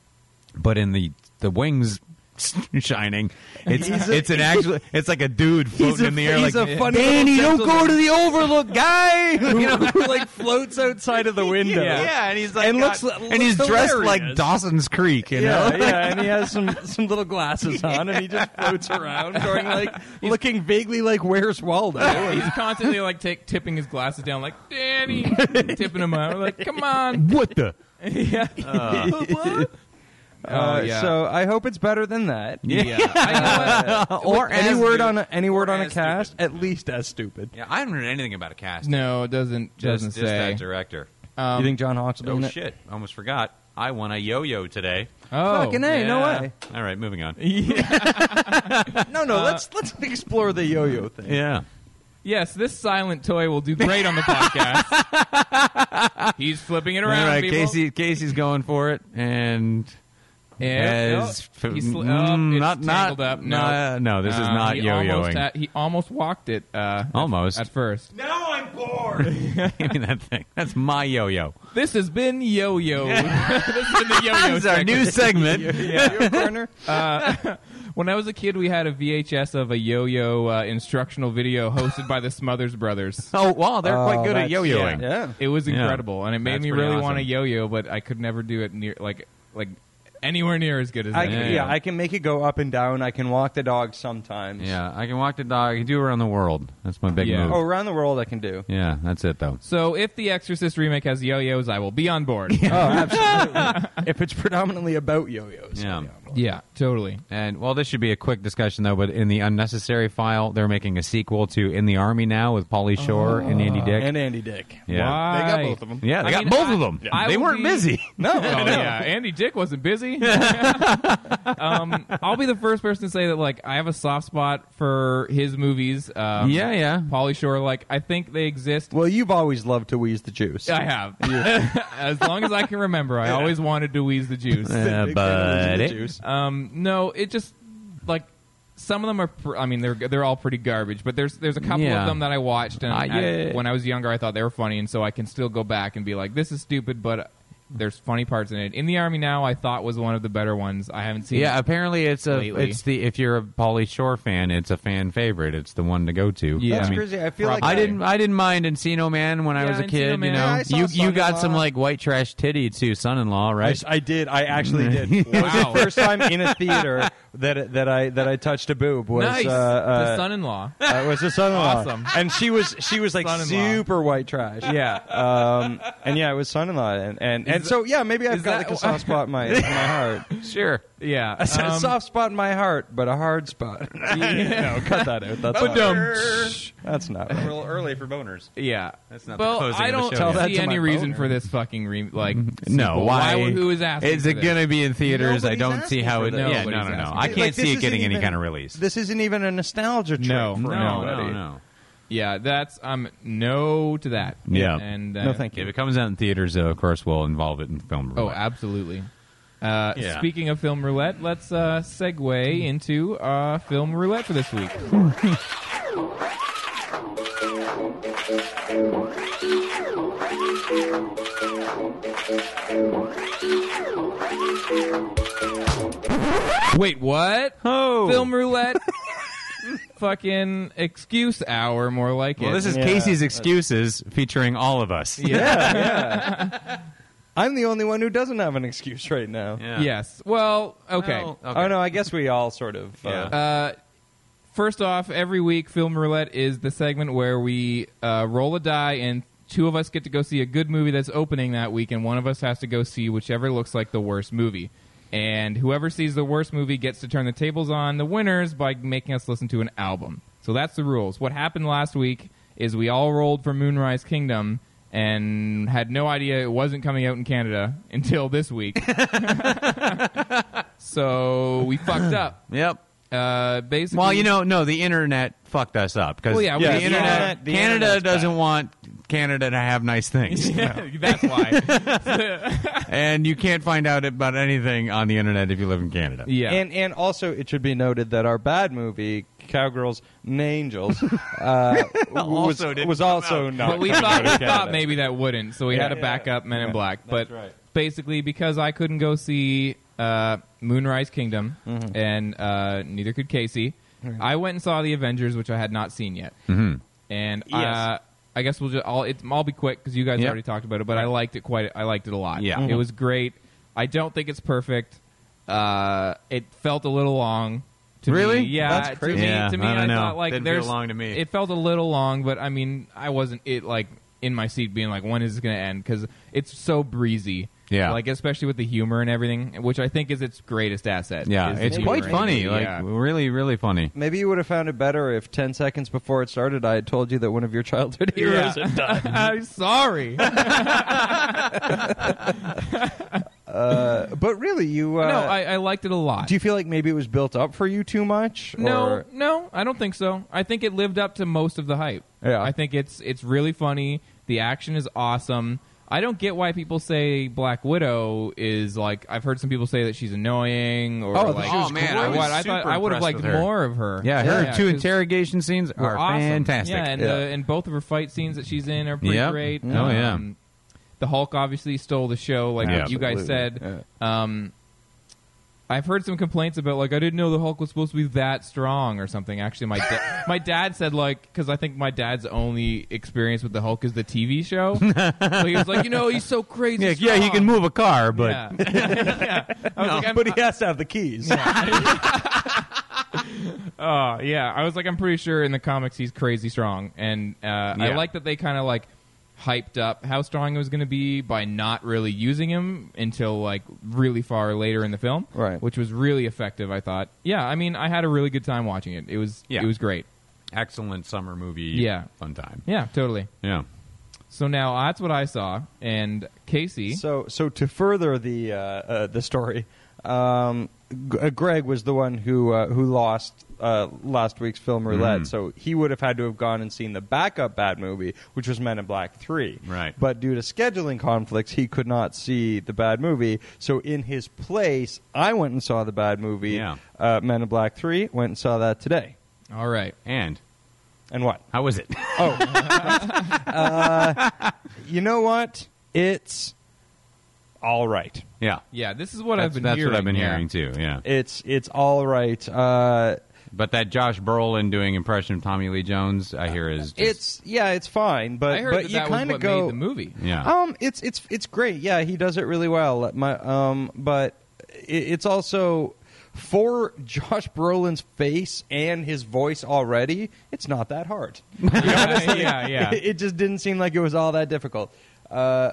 Speaker 2: but in the the wings shining it's it's an actual it's like a dude floating
Speaker 3: a-
Speaker 2: in the air
Speaker 3: he's
Speaker 2: like
Speaker 3: a funny
Speaker 2: Danny
Speaker 3: little
Speaker 2: don't go to the overlook guy you know
Speaker 3: who like floats outside of the window.
Speaker 2: yeah. and he's like
Speaker 3: And
Speaker 2: got-
Speaker 3: looks- looks
Speaker 2: and he's dressed
Speaker 3: hilarious.
Speaker 2: like Dawson's Creek you know
Speaker 3: Yeah, yeah, and he has some some little glasses on, and he just floats around, going like looking vaguely like "Where's Waldo?" And-
Speaker 1: He's constantly like take, tipping his glasses down, like Danny, tipping him out, like come on,
Speaker 2: what the
Speaker 1: yeah. What?
Speaker 3: Uh,
Speaker 1: oh, yeah.
Speaker 3: So I hope it's better than that.
Speaker 1: yeah. I know what-
Speaker 3: Or any
Speaker 2: as
Speaker 3: word
Speaker 2: stupid.
Speaker 3: on a, any word
Speaker 2: Or
Speaker 3: on a
Speaker 2: as
Speaker 3: cast, at least as stupid.
Speaker 2: yeah I haven't heard anything about a cast
Speaker 1: no, it doesn't
Speaker 2: just,
Speaker 1: doesn't
Speaker 2: just
Speaker 1: say.
Speaker 2: that director
Speaker 3: you think John Hawks will
Speaker 2: oh
Speaker 3: be in it?
Speaker 2: shit almost forgot I won a yo-yo today
Speaker 1: Oh,
Speaker 3: Fucking a, no
Speaker 2: Yeah.
Speaker 3: way.
Speaker 2: all right moving on
Speaker 3: No, no. let's let's explore the yo-yo thing.
Speaker 2: yeah
Speaker 1: yes, this silent toy will do great on the podcast. He's flipping it
Speaker 2: all
Speaker 1: around,
Speaker 2: right
Speaker 1: people.
Speaker 2: Casey Casey's going for it and
Speaker 1: Yeah,
Speaker 2: As
Speaker 1: no,
Speaker 2: f-
Speaker 1: he sli-
Speaker 2: mm,
Speaker 1: oh, it's
Speaker 2: not- not-
Speaker 1: tangled up. No,
Speaker 2: no, uh, no, this is not
Speaker 1: he
Speaker 2: yo-yoing.
Speaker 1: almost had- he almost walked it. Uh, at-
Speaker 2: Almost.
Speaker 1: at, first.
Speaker 4: Now I'm bored.
Speaker 2: Give me that thing. That's my yo-yo.
Speaker 1: This has been yo-yo. this has been the yo-yo.
Speaker 2: This is our
Speaker 1: segment.
Speaker 2: new segment.
Speaker 3: Your corner.
Speaker 1: When I was a kid, we had a VHS of a yo-yo uh, instructional video hosted by the Smothers Brothers.
Speaker 2: Oh wow, they're quite
Speaker 3: Oh,
Speaker 2: good at
Speaker 3: that's-
Speaker 2: yo-yoing.
Speaker 3: Yeah.
Speaker 1: It was
Speaker 2: Yeah.
Speaker 1: incredible, and it made
Speaker 2: That's
Speaker 1: me
Speaker 2: pretty
Speaker 1: really
Speaker 2: awesome.
Speaker 1: want a yo-yo, but I could never do it near like like anywhere near as good as
Speaker 3: I,
Speaker 1: that.
Speaker 3: yeah. I can make it go up and down. I can walk the dog sometimes.
Speaker 2: Yeah, I can walk the dog. I can do around the world. That's my big
Speaker 1: Yeah.
Speaker 2: move.
Speaker 3: Oh, around the world I can do.
Speaker 2: Yeah, that's it though.
Speaker 1: So if the Exorcist remake has yo-yos, I will be on board.
Speaker 3: Oh, absolutely. if it's predominantly about yo-yos.
Speaker 2: Yeah.
Speaker 1: yeah, totally.
Speaker 2: And well, this should be a quick discussion though. But in the unnecessary file, they're making a sequel to In the Army Now with Pauly Shore and Andy Dick.
Speaker 3: And Andy Dick.
Speaker 2: yeah,
Speaker 1: Why?
Speaker 4: They got both of them.
Speaker 2: yeah, they
Speaker 1: I
Speaker 2: got
Speaker 1: mean,
Speaker 2: both
Speaker 1: I-
Speaker 2: of them.
Speaker 1: I
Speaker 2: they
Speaker 1: would
Speaker 2: weren't
Speaker 1: be-
Speaker 2: busy.
Speaker 1: No, Oh, yeah, Andy Dick wasn't busy. um, I'll be the first person to say that like I have a soft spot for his movies. Um,
Speaker 2: Yeah, yeah.
Speaker 1: Polly Shore. Like I think they exist.
Speaker 3: Well, you've always loved to wheeze the juice.
Speaker 1: I have. as long as I can remember, I always wanted to wheeze the juice.
Speaker 2: Yeah,
Speaker 3: Big fan of
Speaker 2: buddy.
Speaker 3: wheeze the juice.
Speaker 1: Um, no, it just like some of them are. Pr- I mean, they're they're all pretty garbage. But there's there's a couple
Speaker 2: Yeah.
Speaker 1: of them that I watched, and
Speaker 2: Ah,
Speaker 1: I-
Speaker 2: yeah.
Speaker 1: when I was younger, I thought they were funny, and so I can still go back and be like, this is stupid, but There's funny parts in it. In the Army Now, I thought was one of the better ones. I haven't seen.
Speaker 2: Yeah, apparently it's a
Speaker 1: Lately.
Speaker 2: it's the if you're a Pauly Shore fan, it's a fan favorite. It's the one to go to.
Speaker 1: Yeah.
Speaker 3: That's
Speaker 1: I mean,
Speaker 3: crazy. I feel like
Speaker 2: I didn't. I didn't mind Encino Man when I
Speaker 1: Yeah,
Speaker 2: was a
Speaker 1: Encino
Speaker 2: kid.
Speaker 1: Man.
Speaker 2: You know,
Speaker 1: Yeah,
Speaker 3: I saw
Speaker 2: you you got
Speaker 3: Son-in-Law.
Speaker 2: some like white trash titty too, son-in-law,
Speaker 3: I,
Speaker 2: right?
Speaker 3: I did. I actually did. It was
Speaker 1: Wow.
Speaker 3: the first time in a theater that that I that I touched a boob was
Speaker 1: nice.
Speaker 3: uh,
Speaker 1: the
Speaker 3: uh,
Speaker 1: son-in-law.
Speaker 3: uh, was the son-in-law.
Speaker 1: Awesome.
Speaker 3: And she was she was like
Speaker 1: Son-in-law.
Speaker 3: super white trash. Yeah. Um, and yeah, it was son-in-law, and and, and so yeah, maybe I've
Speaker 1: is
Speaker 3: got
Speaker 1: that-
Speaker 3: like a soft spot in my in my heart.
Speaker 2: sure.
Speaker 1: yeah.
Speaker 3: I said
Speaker 1: Um,
Speaker 3: soft spot in my heart, but a hard spot. no, cut that out. That's not, that's not right.
Speaker 4: little early for boners.
Speaker 1: Yeah,
Speaker 2: That's not the
Speaker 1: well,
Speaker 2: closing
Speaker 1: I
Speaker 2: of the
Speaker 1: don't
Speaker 2: show yet. Tell
Speaker 3: that
Speaker 1: see
Speaker 3: to my
Speaker 1: any reason
Speaker 3: boner.
Speaker 1: for this fucking re- like.
Speaker 2: Mm-hmm. No,
Speaker 1: sequel.
Speaker 2: why?
Speaker 1: would- Who is asking?
Speaker 2: Is
Speaker 1: for
Speaker 2: it
Speaker 1: this?
Speaker 2: going to be in theaters? I
Speaker 4: Nobody's
Speaker 2: don't see
Speaker 4: asking
Speaker 2: how
Speaker 4: for
Speaker 2: it.
Speaker 4: this.
Speaker 2: Yeah, no, no,
Speaker 1: Nobody's
Speaker 2: no.
Speaker 1: asking.
Speaker 2: I
Speaker 1: Like,
Speaker 2: can't
Speaker 3: Like,
Speaker 2: see
Speaker 3: this
Speaker 2: it getting
Speaker 3: isn't
Speaker 2: any
Speaker 3: even-
Speaker 2: kind of release.
Speaker 3: This isn't even a nostalgia trick
Speaker 1: No,
Speaker 3: for
Speaker 1: no,
Speaker 3: anybody.
Speaker 2: no, no.
Speaker 1: Yeah, that's um no to that.
Speaker 2: Yeah.
Speaker 1: and uh,
Speaker 3: No, thank you.
Speaker 2: If it comes out in theaters, though, of course, we'll involve it in film.
Speaker 1: Oh,
Speaker 2: review.
Speaker 1: absolutely. Uh,
Speaker 2: Yeah.
Speaker 1: Speaking of film roulette, let's uh, segue into uh, film roulette for this week. Wait, what?
Speaker 2: Oh.
Speaker 1: Film roulette. Fucking excuse hour, more like
Speaker 2: Well,
Speaker 1: it.
Speaker 2: this is
Speaker 3: Yeah.
Speaker 2: Casey's excuses featuring all of us.
Speaker 3: Yeah, yeah. I'm the only one who doesn't have an excuse right now.
Speaker 1: yes. Well, okay.
Speaker 2: Well,
Speaker 3: Oh no, I guess we all sort of. Uh,
Speaker 2: Yeah.
Speaker 1: First off, every week, Film Roulette is the segment where we uh, roll a die and two of us get to go see a good movie that's opening that week, and one of us has to go see whichever looks like the worst movie. And whoever sees the worst movie gets to turn the tables on the winners by making us listen to an album. So that's the rules. What happened last week is we all rolled for Moonrise Kingdom and had no idea it wasn't coming out in Canada until this week. so we fucked up.
Speaker 2: Yep.
Speaker 1: Uh, basically,
Speaker 2: Well, you know, no, the internet fucked us up because
Speaker 1: Well, yeah,
Speaker 2: the,
Speaker 1: Yeah,
Speaker 3: the
Speaker 2: internet,
Speaker 3: internet- the
Speaker 2: Canada
Speaker 3: internet's
Speaker 2: doesn't want Canada to have nice things,
Speaker 1: Yeah, that's why.
Speaker 2: and you can't find out about anything on the internet if you live in Canada.
Speaker 1: Yeah.
Speaker 3: And and also it should be noted that our bad movie Cowgirls and Angels uh, was,
Speaker 2: Also didn't
Speaker 3: was
Speaker 2: come
Speaker 3: also
Speaker 2: out.
Speaker 3: not.
Speaker 1: but we
Speaker 3: coming
Speaker 1: thought,
Speaker 3: out
Speaker 1: we
Speaker 3: of
Speaker 1: thought
Speaker 3: Canada.
Speaker 1: maybe that wouldn't, so we
Speaker 3: Yeah.
Speaker 1: had to back up Men in Black. but
Speaker 3: right.
Speaker 1: basically, because I couldn't go see uh, Moonrise Kingdom, and uh, neither could Casey, I went and saw the Avengers, which I had not seen yet. Mm-hmm. And uh,
Speaker 3: Yes.
Speaker 1: I guess we'll just I'll, it, I'll be quick because you guys
Speaker 2: Yep.
Speaker 1: already talked about it. But I liked it quite. I liked it a lot.
Speaker 2: Yeah.
Speaker 1: it was great. I don't think it's perfect. Uh, it felt a little long. To
Speaker 2: Really?
Speaker 1: Me. Yeah.
Speaker 3: That's
Speaker 1: To
Speaker 3: crazy.
Speaker 1: me,
Speaker 2: Yeah,
Speaker 1: to me,
Speaker 2: I don't know.
Speaker 1: thought like
Speaker 2: Didn't feel
Speaker 1: there's
Speaker 2: long to me.
Speaker 1: It felt a little long, but I mean, I wasn't it like in my seat being like, when is this going to end? Because it's so breezy.
Speaker 2: Yeah.
Speaker 1: Like especially with the humor and everything, which I think is its greatest asset.
Speaker 2: Yeah,
Speaker 1: is
Speaker 2: it's
Speaker 1: the
Speaker 2: quite
Speaker 1: humor in the
Speaker 2: funny,
Speaker 1: movie,
Speaker 2: like
Speaker 1: yeah.
Speaker 2: really, really funny.
Speaker 3: Maybe you would have found it better if ten seconds before it started, I had told you that one of your childhood heroes had died.
Speaker 1: I'm sorry.
Speaker 3: But really, you uh,
Speaker 1: no, I, I liked it a lot.
Speaker 3: do you feel like maybe it was built up for you too much?
Speaker 1: No,
Speaker 3: or-
Speaker 1: no, I don't think so. I think it lived up to most of the hype.
Speaker 3: Yeah.
Speaker 1: I think it's it's really funny. The action is awesome. I don't get why people say Black Widow is like I've heard some people say that she's annoying or
Speaker 3: Oh, I thought
Speaker 1: like
Speaker 3: she was
Speaker 2: Oh, man,
Speaker 1: or
Speaker 2: I was
Speaker 1: what. I thought
Speaker 2: super
Speaker 1: I would have
Speaker 2: impressed
Speaker 1: liked
Speaker 2: with her.
Speaker 1: more of her.
Speaker 2: Yeah, her two
Speaker 1: 'cause
Speaker 2: interrogation scenes
Speaker 1: were
Speaker 2: are
Speaker 1: awesome.
Speaker 2: fantastic.
Speaker 1: Yeah, and
Speaker 3: Yeah.
Speaker 1: The, and both of her fight scenes that she's in are pretty
Speaker 2: Yep.
Speaker 1: great. Um,
Speaker 2: Oh, yeah.
Speaker 1: the Hulk obviously stole the show, like
Speaker 2: Yeah.
Speaker 1: what you guys said.
Speaker 3: Absolutely. Yeah.
Speaker 1: I've heard some complaints about like I didn't know the Hulk was supposed to be that strong or something. Actually, my da- my dad said like because I think my dad's only experience with the Hulk is the TV show. so he was like, you know, he's so crazy.
Speaker 2: Yeah, yeah, he
Speaker 1: strong."
Speaker 2: can move a car, but
Speaker 1: Yeah. Yeah. I was like, I'm-
Speaker 3: he has to have the keys.
Speaker 1: Uh, yeah, I was like, I'm pretty sure in the comics he's crazy strong, and uh, I
Speaker 2: Yeah.
Speaker 1: like that they kind of like hyped up how strong it was going to be by not really using him until like really far later in the film,
Speaker 3: Right.
Speaker 1: Which was really effective, I thought. Yeah, I mean, I had a really good time watching it. It was
Speaker 2: Yeah.
Speaker 1: it was great.
Speaker 2: excellent summer movie.
Speaker 1: Yeah.
Speaker 2: fun time.
Speaker 1: Yeah, totally.
Speaker 2: Yeah.
Speaker 1: So now that's what I saw, and Casey.
Speaker 3: So, so to further the uh, uh, the story, um, G- uh, Greg was the one who uh, who lost uh, last week's film
Speaker 2: Mm-hmm.
Speaker 3: roulette. So he would have had to have gone and seen the backup bad movie, which was Men in Black Three.
Speaker 2: Right.
Speaker 3: But due to scheduling conflicts, he could not see the bad movie. So in his place, I went and saw the bad movie,
Speaker 2: Yeah.
Speaker 3: uh, Men in Black Three. Went and saw that today.
Speaker 1: all right.
Speaker 2: And
Speaker 3: And what?
Speaker 2: how was it?
Speaker 3: You know what? It's all right.
Speaker 2: Yeah.
Speaker 1: Yeah, this is what
Speaker 2: That's,
Speaker 1: I've been
Speaker 2: that's
Speaker 1: hearing.
Speaker 2: what I've been
Speaker 1: yeah.
Speaker 2: hearing too. Yeah.
Speaker 3: It's it's all right. Uh,
Speaker 2: But that Josh Brolin doing impression of Tommy Lee Jones, I hear is just,
Speaker 3: it's yeah, it's fine. But
Speaker 1: I heard
Speaker 3: but
Speaker 1: that
Speaker 3: you
Speaker 1: that was
Speaker 3: kind of
Speaker 1: what
Speaker 3: go
Speaker 1: made the movie.
Speaker 2: yeah.
Speaker 3: Um, it's it's it's great. Yeah, he does it really well. My um, but it, it's also for Josh Brolin's face and his voice already. It's not that hard.
Speaker 1: yeah, yeah.
Speaker 3: it just didn't seem like it was all that difficult. Uh,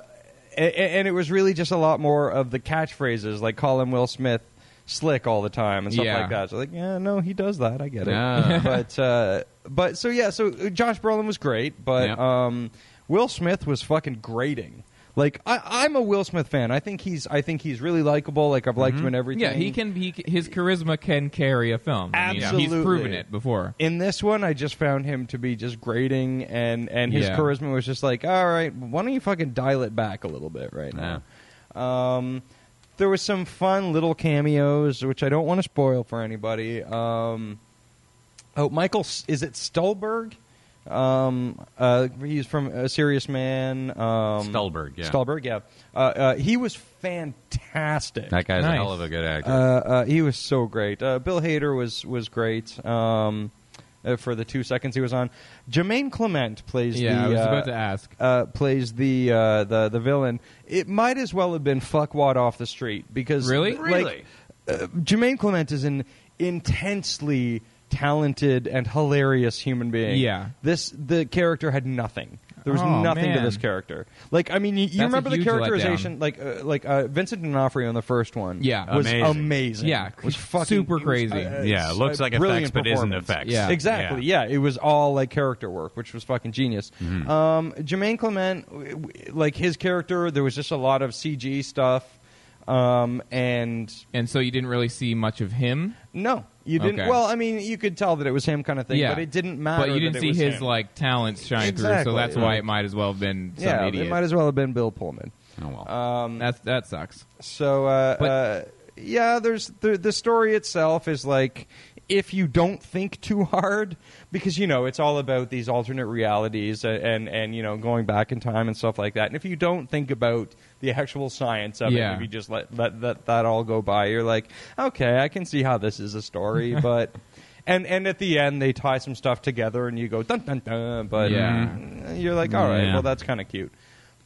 Speaker 3: and, and it was really just a lot more of the catchphrases, like calling Will Smith slick all the time and stuff
Speaker 1: Yeah.
Speaker 3: like that. So like, yeah, no, he does that. I get it.
Speaker 2: Yeah.
Speaker 3: but uh, but so yeah, so uh, Josh Brolin was great, but
Speaker 2: Yep.
Speaker 3: um, Will Smith was fucking grating. Like I, I'm a Will Smith fan. I think he's I think he's really likable. Like I've liked him in everything.
Speaker 1: Mm-hmm. Yeah, he can. He, his charisma can carry a film. I mean,
Speaker 3: Absolutely.
Speaker 1: he's proven it before.
Speaker 3: in this one i just found him to be just grating and and his
Speaker 1: Yeah.
Speaker 3: charisma was just like all right why don't you fucking dial it back a little bit right now um there was some fun little cameos which i don't want to spoil for anybody um oh michael S- is it stolberg um uh he's from a serious man um
Speaker 2: Stolberg, yeah.
Speaker 3: stolberg yeah uh, uh he was fantastic
Speaker 2: that guy's a
Speaker 1: Nice.
Speaker 2: hell of a good actor.
Speaker 3: uh, uh, he was so great. Uh, Bill Hader was was great um, uh, for the two seconds he was on. Jermaine Clement plays
Speaker 1: Yeah,
Speaker 3: the
Speaker 1: I was
Speaker 3: uh,
Speaker 1: about to ask.
Speaker 3: uh, plays the uh, the the villain. It might as well have been fuckwad off the street because
Speaker 1: Really?
Speaker 3: like,
Speaker 2: Really?
Speaker 3: uh, Jermaine Clement is an intensely talented and hilarious human being.
Speaker 1: Yeah.
Speaker 3: this the character had nothing. There was
Speaker 1: Oh,
Speaker 3: nothing to
Speaker 1: man.
Speaker 3: this character. Like I mean, you, you
Speaker 1: That's a
Speaker 3: remember the
Speaker 1: huge
Speaker 3: characterization, like uh, like uh, Vincent D'Onofrio in the first one.
Speaker 1: Yeah.
Speaker 3: was
Speaker 2: Amazing.
Speaker 3: amazing.
Speaker 1: Yeah,
Speaker 3: was fucking
Speaker 1: super
Speaker 3: it was,
Speaker 1: crazy.
Speaker 3: uh,
Speaker 2: Yeah,
Speaker 3: it's
Speaker 2: looks
Speaker 3: a
Speaker 2: like
Speaker 3: brilliant
Speaker 2: effects, but isn't
Speaker 3: performance.
Speaker 2: effects.
Speaker 1: Yeah.
Speaker 3: exactly. Yeah. it was all like character work, which was fucking genius.
Speaker 2: Mm-hmm.
Speaker 3: Um, Jermaine Clement, w- w- like his character, there was just a lot of CG stuff, um, and
Speaker 1: And so you didn't really see much of him.
Speaker 3: no, you didn't.
Speaker 1: Okay.
Speaker 3: Well, I mean, you could tell that it was him, kind of thing,
Speaker 1: yeah,
Speaker 3: but it didn't matter.
Speaker 1: But you didn't
Speaker 3: that it
Speaker 1: see
Speaker 3: was
Speaker 1: his
Speaker 3: him.
Speaker 1: like talents shine through.
Speaker 3: Exactly,
Speaker 1: So that's why
Speaker 3: right.
Speaker 1: it might as well have been some
Speaker 3: yeah,
Speaker 1: idiot.
Speaker 3: it might as well have been Bill Pullman.
Speaker 2: oh, well.
Speaker 1: That's that sucks.
Speaker 3: So, uh,
Speaker 1: But-
Speaker 3: uh, yeah, there's the the story itself is like if you don't think too hard, because you know it's all about these alternate realities a- and and you know going back in time and stuff like that. And if you don't think about the actual science of
Speaker 1: Yeah.
Speaker 3: it, if you just let let that, that all go by, you're like, okay, I can see how this is a story, but. And and at the end they tie some stuff together and you go dun dun dun, but
Speaker 1: Yeah.
Speaker 3: mm, you're like, all right,
Speaker 2: Yeah.
Speaker 3: well that's kind of cute,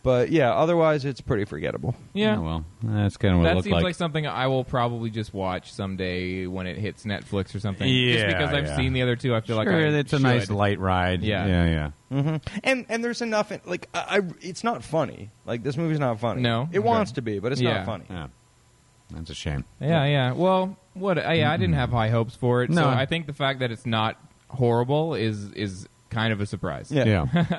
Speaker 3: but yeah, otherwise it's pretty forgettable.
Speaker 1: Yeah.
Speaker 2: Oh, well, that's kind of what it
Speaker 1: that
Speaker 2: looked
Speaker 1: seems like.
Speaker 2: like.
Speaker 1: something I will probably just watch someday when it hits Netflix or something. just
Speaker 2: Yeah,
Speaker 1: because I've
Speaker 2: yeah.
Speaker 1: seen the other two, I feel like I
Speaker 2: Sure, it's a
Speaker 1: should.
Speaker 2: nice light ride.
Speaker 1: Yeah.
Speaker 2: yeah, yeah.
Speaker 3: and and there's enough in, like I, I it's not funny like this movie's not funny
Speaker 1: No? Okay.
Speaker 3: it wants to be but it's
Speaker 1: Yeah.
Speaker 3: not funny
Speaker 2: Yeah. That's a shame.
Speaker 1: Yeah, yeah. Well, what? I, yeah, I didn't have high hopes for it.
Speaker 2: No.
Speaker 1: So I think the fact that it's not horrible is is kind of a surprise.
Speaker 2: Yeah.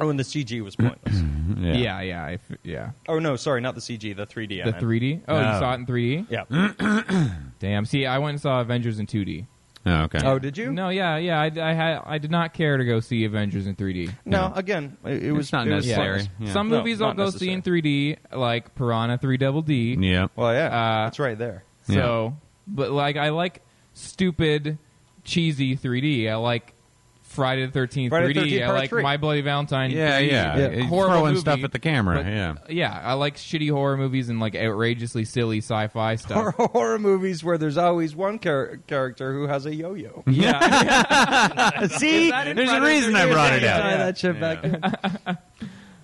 Speaker 3: oh and the cg was pointless
Speaker 2: yeah.
Speaker 1: yeah, yeah. I f- yeah.
Speaker 3: oh no sorry not the cg the 3d I
Speaker 1: The
Speaker 3: meant.
Speaker 1: 3D. Oh, you
Speaker 2: No.
Speaker 1: saw it in 3D.
Speaker 3: yeah
Speaker 1: Damn. See, I went and saw Avengers in 2D.
Speaker 2: Oh, okay.
Speaker 3: oh did you
Speaker 1: No, yeah, yeah. I, I had I did not care to go see Avengers in 3D.
Speaker 3: no again it, it was
Speaker 2: not
Speaker 3: it was
Speaker 2: necessary.
Speaker 3: pointless.
Speaker 2: Yeah.
Speaker 1: Some
Speaker 3: No,
Speaker 1: movies I'll
Speaker 3: not
Speaker 1: go see
Speaker 3: necessary.
Speaker 1: in 3D, like Piranha 3 Double D.
Speaker 2: yeah.
Speaker 3: well yeah
Speaker 1: Uh,
Speaker 3: that's right there
Speaker 1: So,
Speaker 2: Yeah.
Speaker 1: but like I like stupid, cheesy 3D. I like Friday the 13th
Speaker 3: Friday the
Speaker 1: 3D.
Speaker 3: 13th
Speaker 1: I
Speaker 3: part
Speaker 1: like
Speaker 3: three.
Speaker 1: My Bloody Valentine.
Speaker 2: Yeah,
Speaker 1: 3D.
Speaker 2: yeah.
Speaker 3: Yeah.
Speaker 2: It's
Speaker 1: Horrible
Speaker 2: Throwing
Speaker 1: movie,
Speaker 2: stuff at the camera.
Speaker 1: but-
Speaker 2: yeah.
Speaker 1: Yeah, I like shitty horror movies and like outrageously silly sci-fi
Speaker 3: Horror,
Speaker 1: stuff.
Speaker 3: horror movies where there's always one char- character who has a yo-yo.
Speaker 1: yeah,
Speaker 3: See,
Speaker 1: that in
Speaker 2: There's a
Speaker 1: Friday
Speaker 2: reason I brought it
Speaker 3: Tie
Speaker 2: up.
Speaker 3: that shit back. in.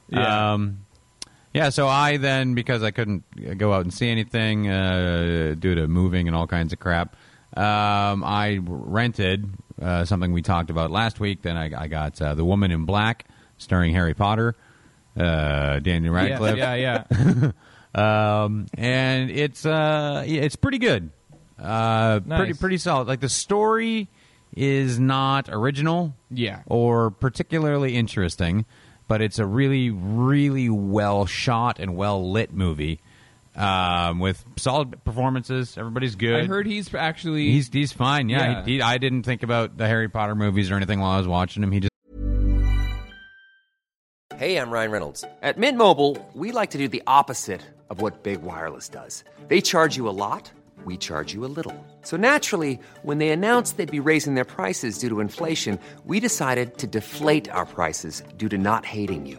Speaker 2: Yeah. Um, yeah, so I then, because I couldn't go out and see anything uh, due to moving and all kinds of crap, um, I rented uh, something we talked about last week. Then I, I got uh, The Woman in Black, starring Harry Potter, uh, Daniel
Speaker 1: yeah,
Speaker 2: Radcliffe.
Speaker 1: yeah, yeah.
Speaker 2: um, and it's uh, yeah, it's pretty good, uh,
Speaker 1: Nice.
Speaker 2: pretty pretty solid. Like the story is not original,
Speaker 1: Yeah.
Speaker 2: or particularly interesting, but it's a really really well shot and well lit movie um, with solid performances. Everybody's good.
Speaker 1: I heard he's actually
Speaker 2: he's he's fine. Yeah,
Speaker 1: Yeah.
Speaker 2: He, he- I didn't think about the Harry Potter movies or anything while I was watching him. He just
Speaker 5: Hey, I'm Ryan Reynolds. At Mint Mobile, we like to do the opposite of what Big Wireless does. They charge you a lot, we charge you a little. So naturally, when they announced they'd be raising their prices due to inflation, we decided to deflate our prices due to not hating you.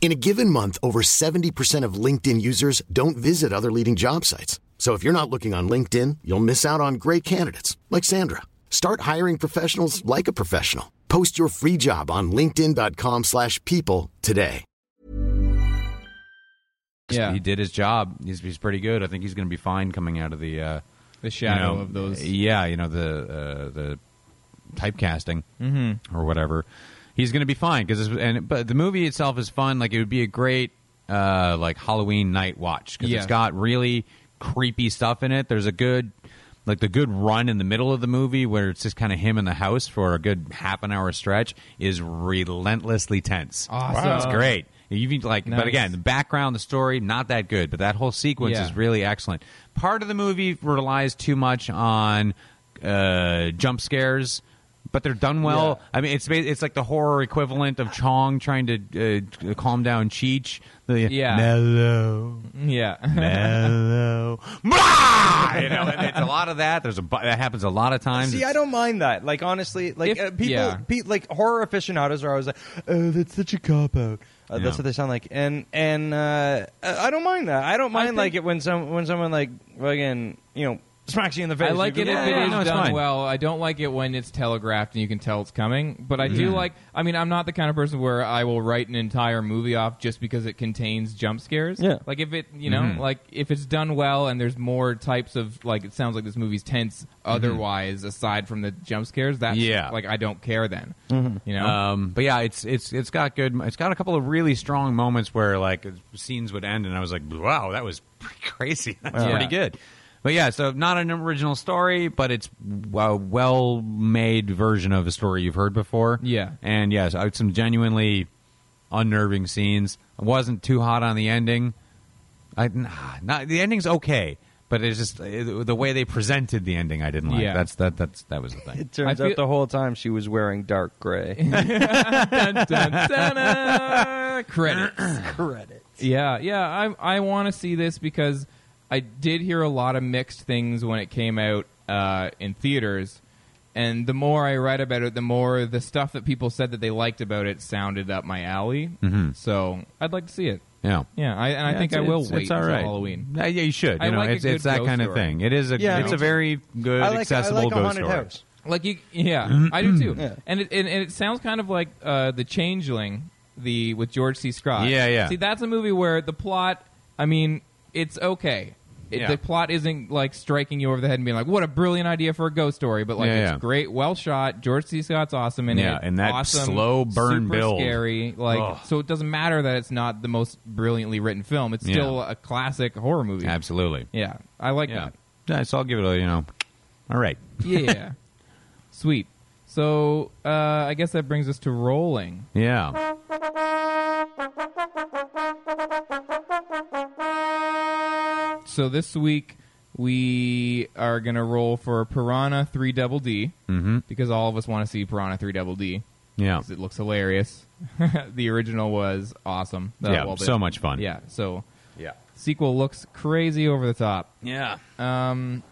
Speaker 6: In a given month, over 70% of LinkedIn users don't visit other leading job sites. So if you're not looking on LinkedIn, you'll miss out on great candidates like Sandra. Start hiring professionals like a professional. Post your free job on linkedin.com/people slash people today.
Speaker 1: Yeah.
Speaker 2: He did his job. He's, he's pretty good. I think he's going to be fine coming out of the uh,
Speaker 1: The shadow
Speaker 2: you know,
Speaker 1: of those.
Speaker 2: Yeah, you know the uh, the typecasting
Speaker 1: Mm-hmm.
Speaker 2: or whatever. He's going to be fine because and but the movie itself is fun. Like it would be a great uh, like Halloween night watch because
Speaker 1: Yes.
Speaker 2: it's got really creepy stuff in it. There's a good like the good run in the middle of the movie where it's just kind of him in the house for a good half an hour stretch is relentlessly tense.
Speaker 1: Awesome.
Speaker 2: It's great. You need, like,
Speaker 1: Nice.
Speaker 2: but again, the background, the story, not that good, but that whole sequence
Speaker 1: Yeah.
Speaker 2: is really excellent. Part of the movie relies too much on uh, jump scares, but they're done well. I mean, it's ba- it's like the horror equivalent of Chong trying to uh, calm down Cheech. The,
Speaker 1: Yeah.
Speaker 2: mellow,
Speaker 1: Yeah.
Speaker 2: mellow, Blah! you know, and it's a lot of that. There's a bu- that happens a lot of times.
Speaker 3: See, I don't mind that. Like honestly, like
Speaker 1: If-
Speaker 3: uh, people,
Speaker 1: yeah.
Speaker 3: pe- like horror aficionados are always like, "Oh, that's such a cop out." Uh,
Speaker 2: Yeah.
Speaker 3: That's what they sound like, and and uh, I I don't mind that. I don't mind
Speaker 1: think-
Speaker 3: like it when some when someone like again, you know, smacks you in the face.
Speaker 1: I like
Speaker 3: You
Speaker 1: it
Speaker 3: go,
Speaker 1: if it is
Speaker 2: yeah, no, it's
Speaker 1: done
Speaker 2: fine.
Speaker 1: well. I don't like it when it's telegraphed and you can tell it's coming. But I do like. I mean, I'm not the kind of person where I will write an entire movie off just because it contains jump scares.
Speaker 3: Yeah.
Speaker 1: Like if it, you know,
Speaker 2: Mm-hmm.
Speaker 1: like if it's done well and there's more types of like it sounds like this movie's tense otherwise aside from the jump scares. That's
Speaker 2: Mm-hmm. Yeah.
Speaker 1: Like I don't care then. You know.
Speaker 2: Um, but yeah, it's it's it's got good. It's got a couple of really strong moments where like scenes would end, and I was like, wow, that was pretty crazy. That's
Speaker 1: Yeah.
Speaker 2: pretty good. But yeah, so not an original story, but it's a well-made version of a story you've heard before.
Speaker 1: Yeah.
Speaker 2: and yes, I some genuinely unnerving scenes. I wasn't too hot on the ending. I nah, not, the ending's okay, but it's just uh, the way they presented the ending. I didn't like.
Speaker 1: Yeah.
Speaker 2: That's that. That's that was the thing.
Speaker 3: It turns
Speaker 1: I feel-
Speaker 3: out the whole time she was wearing dark gray.
Speaker 1: Dun, dun, dun, uh, credits.
Speaker 3: Credit.
Speaker 1: Yeah, yeah. I I want to see this because I did hear a lot of mixed things when it came out uh, in theaters, and the more I read about it, the more the stuff that people said that they liked about it sounded up my alley. Mm-hmm. So I'd like to see it.
Speaker 2: Yeah.
Speaker 1: Yeah, I, and I
Speaker 2: Yeah,
Speaker 1: think I
Speaker 2: it's-
Speaker 1: will
Speaker 2: it's-
Speaker 1: wait
Speaker 2: it's all
Speaker 1: until
Speaker 2: right.
Speaker 1: Halloween.
Speaker 2: Uh, yeah, you should.
Speaker 1: I
Speaker 2: You know,
Speaker 1: like a
Speaker 2: it's, it's
Speaker 1: good
Speaker 2: that
Speaker 1: ghost
Speaker 2: kind of
Speaker 1: story.
Speaker 2: thing. It is a
Speaker 3: Yeah,
Speaker 2: it's
Speaker 3: me
Speaker 2: a
Speaker 3: too.
Speaker 2: very good
Speaker 3: I like
Speaker 2: accessible
Speaker 3: I like a
Speaker 2: ghost
Speaker 3: haunted
Speaker 2: story.
Speaker 3: house.
Speaker 1: Like you, yeah, I do too.
Speaker 3: Yeah.
Speaker 1: And it and, and it sounds kind of like uh, the Changeling, the with George C. Scott.
Speaker 2: Yeah, yeah.
Speaker 1: See, that's a movie where the plot. I mean, it's okay. It,
Speaker 2: Yeah.
Speaker 1: The plot isn't like striking you over the head and being like, "What a brilliant idea for a ghost story!" But like,
Speaker 2: Yeah,
Speaker 1: it's
Speaker 2: yeah.
Speaker 1: great, well shot. George C. Scott's awesome in
Speaker 2: Yeah,
Speaker 1: it.
Speaker 2: and that
Speaker 1: awesome,
Speaker 2: slow burn
Speaker 1: super
Speaker 2: build.
Speaker 1: scary. Like,
Speaker 2: Ugh.
Speaker 1: so it doesn't matter that it's not the most brilliantly written film. It's
Speaker 2: Yeah.
Speaker 1: still a classic horror movie.
Speaker 2: Absolutely.
Speaker 1: Yeah, I like
Speaker 2: Yeah.
Speaker 1: that.
Speaker 2: yeah. So I'll give it a you know. All right.
Speaker 1: Yeah. Sweet. So uh, I guess that brings us to rolling.
Speaker 2: Yeah.
Speaker 1: So this week we are going to roll for Piranha 3 Double D because all of us want to see Piranha 3 Double D
Speaker 2: Mm-hmm. Yeah.
Speaker 1: because it looks hilarious. the original was awesome. The-
Speaker 2: Yeah,
Speaker 1: well, the-
Speaker 2: so much fun.
Speaker 1: Yeah, so
Speaker 2: Yeah.
Speaker 1: sequel looks crazy over the top.
Speaker 2: Yeah.
Speaker 1: And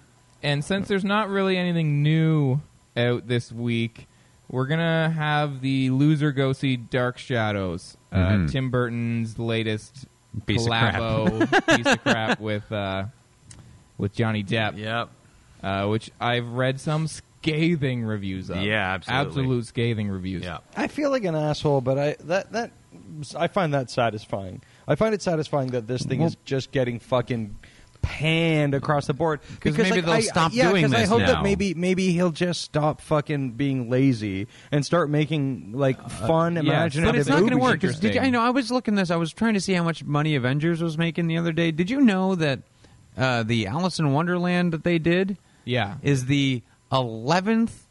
Speaker 1: since there's not really anything new out this week, we're gonna have the loser go see Dark Shadows, uh, Tim Burton's latest
Speaker 2: Mm-hmm. Piece of crap.
Speaker 1: collabo piece of crap with uh, with Johnny Depp,
Speaker 2: Yep.
Speaker 1: uh, which I've read some scathing reviews of.
Speaker 2: Yeah, absolutely.
Speaker 1: absolute scathing reviews.
Speaker 2: Yeah.
Speaker 3: I feel like an asshole, but I that that I find that satisfying. I find it satisfying that this thing is just getting fucking panned across the board because
Speaker 2: maybe
Speaker 3: like,
Speaker 2: they'll
Speaker 3: I,
Speaker 2: stop
Speaker 3: yeah,
Speaker 2: doing
Speaker 3: 'cause I
Speaker 2: this
Speaker 3: hope
Speaker 2: now.
Speaker 3: that maybe maybe he'll just stop fucking being lazy and start making like fun
Speaker 1: yeah,
Speaker 3: imaginative
Speaker 2: Uh, But it's not going to
Speaker 3: movies.
Speaker 2: work. 'cause Did you, I know. I was looking this. I was trying to see how much money Avengers was making the other day. Did you know that uh, the Alice in Wonderland that they did
Speaker 1: yeah.
Speaker 2: is the eleventh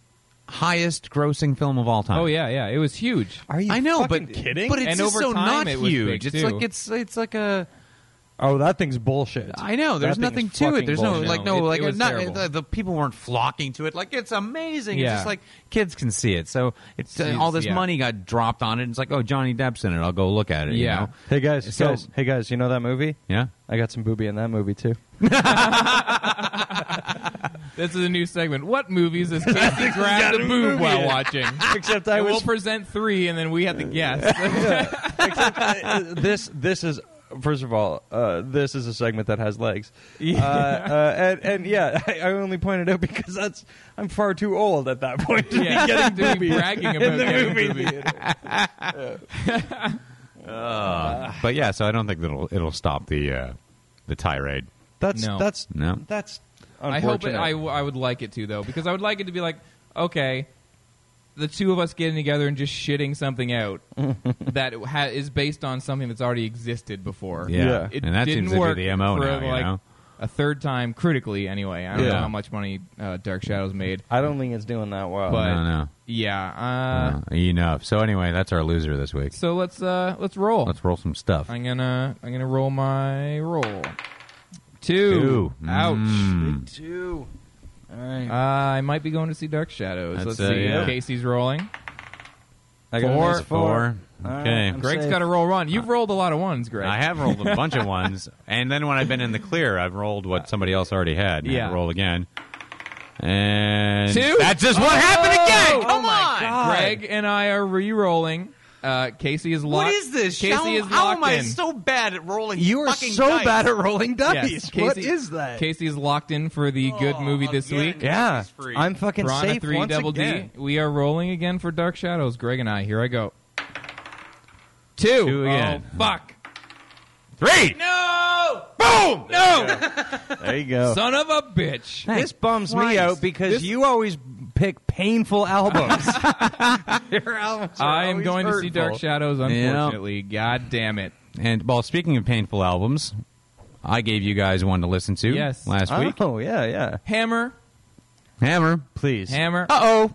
Speaker 2: highest grossing film of all time.
Speaker 1: Oh yeah, yeah. It was huge.
Speaker 3: Are you
Speaker 2: I know,
Speaker 3: fucking
Speaker 2: but
Speaker 3: kidding?
Speaker 2: But it's
Speaker 1: And
Speaker 2: just
Speaker 1: over
Speaker 2: so
Speaker 1: time,
Speaker 2: not
Speaker 1: it was
Speaker 2: huge.
Speaker 1: big,
Speaker 2: it's
Speaker 1: too.
Speaker 2: like it's it's like a.
Speaker 3: oh, that thing's bullshit.
Speaker 2: I know. There's
Speaker 3: That thing
Speaker 2: nothing
Speaker 3: is
Speaker 2: to it.
Speaker 3: fucking
Speaker 2: There's no
Speaker 3: bullshit.
Speaker 2: like
Speaker 1: No,
Speaker 2: no
Speaker 1: it-
Speaker 2: like
Speaker 1: it was
Speaker 2: not
Speaker 1: terrible.
Speaker 2: the, the people weren't flocking to it. Like it's amazing. It's
Speaker 1: Yeah.
Speaker 2: just like kids can see it. So it's uh, all this
Speaker 1: Yeah.
Speaker 2: money got dropped on it. And it's like oh Johnny Depp's in it. I'll go look at it. you
Speaker 1: Yeah.
Speaker 2: know?
Speaker 3: Hey guys,
Speaker 2: So-
Speaker 3: guys, hey guys, you know that movie?
Speaker 2: Yeah.
Speaker 3: I got some booby in that movie too.
Speaker 1: This is a new segment. What movies is Casey grabbed the boob while watching?
Speaker 3: Except
Speaker 1: I
Speaker 3: I
Speaker 1: will
Speaker 3: was
Speaker 1: present three, and then we have to
Speaker 2: Uh,
Speaker 1: guess.
Speaker 3: Uh, this this is first of all uh, this is a segment that has legs yeah. Uh, uh, and, and yeah I, I only pointed out because that's i'm far too old at that point to
Speaker 1: Yeah.
Speaker 3: be getting
Speaker 1: To be
Speaker 3: boobies
Speaker 1: bragging
Speaker 3: in
Speaker 1: about
Speaker 3: the
Speaker 1: getting
Speaker 3: movie
Speaker 1: boobies.
Speaker 3: theater.
Speaker 2: But yeah, so I don't think that it'll it'll stop the uh, the tirade.
Speaker 3: that's
Speaker 1: No.
Speaker 3: that's
Speaker 2: No.
Speaker 3: that's
Speaker 1: I hope it,
Speaker 3: unfortunate.
Speaker 1: I, I would like it to though because I would like it to be like okay, the two of us getting together and just shitting something out that ha- is based on something that's already existed before.
Speaker 2: Yeah.
Speaker 3: Yeah.
Speaker 1: it
Speaker 2: And that
Speaker 1: didn't
Speaker 2: seems to be
Speaker 1: work
Speaker 2: the MO
Speaker 1: for,
Speaker 2: now, you
Speaker 1: like,
Speaker 2: know?
Speaker 1: A third time critically, anyway. I don't know
Speaker 3: Yeah.
Speaker 1: how much money uh, Dark Shadows made,
Speaker 3: I don't think it's doing that well
Speaker 1: but
Speaker 2: no, no.
Speaker 1: yeah. Uh,
Speaker 2: Uh, enough. So anyway, that's our loser this week.
Speaker 1: So let's uh, let's roll.
Speaker 2: Let's roll some stuff.
Speaker 1: I'm gonna I'm gonna roll my roll. Two.
Speaker 2: Two. Mm.
Speaker 1: Ouch.
Speaker 3: two all
Speaker 1: Uh,
Speaker 3: right
Speaker 1: I might be going to see Dark Shadows.
Speaker 2: That's,
Speaker 1: Let's
Speaker 2: uh,
Speaker 1: see.
Speaker 2: yeah.
Speaker 1: Casey's rolling.
Speaker 3: I got a
Speaker 1: four.
Speaker 3: nice
Speaker 2: Four.
Speaker 3: All right,
Speaker 2: Okay.
Speaker 3: I'm
Speaker 1: Greg's
Speaker 3: safe.
Speaker 1: got a roll run. You've rolled a lot of ones, Greg.
Speaker 2: I have rolled a bunch of ones, and then when I've been in the clear, I've rolled what somebody else already had. and I
Speaker 1: Yeah.
Speaker 2: roll again, and
Speaker 1: Two?
Speaker 2: That's just what happened again. Come on,
Speaker 1: Greg and I are re-rolling. Uh, Casey is locked.
Speaker 2: What is this?
Speaker 1: Casey
Speaker 2: how,
Speaker 1: is locked
Speaker 2: how am I
Speaker 1: in.
Speaker 2: so bad at rolling?
Speaker 3: you are
Speaker 2: fucking
Speaker 3: so
Speaker 2: dice?
Speaker 3: bad at rolling dice
Speaker 1: yes. Casey,
Speaker 3: what is that
Speaker 1: Casey is locked in for the good movie this
Speaker 2: Oh, again.
Speaker 1: week.
Speaker 3: yeah
Speaker 2: It's free.
Speaker 3: i'm fucking
Speaker 1: Piranha
Speaker 3: safe
Speaker 1: three
Speaker 3: once
Speaker 1: double
Speaker 3: again.
Speaker 1: D. We are rolling again for Dark Shadows. Greg and I. Here I go. Two.
Speaker 2: Two again.
Speaker 1: Oh, fuck.
Speaker 2: Three.
Speaker 1: No. Boom. No.
Speaker 3: there you go
Speaker 1: Son of a bitch.
Speaker 3: This bums me out because you always pick painful albums. Your albums are
Speaker 1: I am
Speaker 3: always
Speaker 1: going to see
Speaker 3: hurtful.
Speaker 1: Dark Shadows. Unfortunately, god damn it.
Speaker 2: And well, speaking of painful albums, I gave you guys one to listen to.
Speaker 1: Yes.
Speaker 2: last week.
Speaker 3: Oh yeah, yeah.
Speaker 1: Hammer.
Speaker 2: Hammer.
Speaker 3: Please,
Speaker 1: Hammer.
Speaker 2: Uh oh.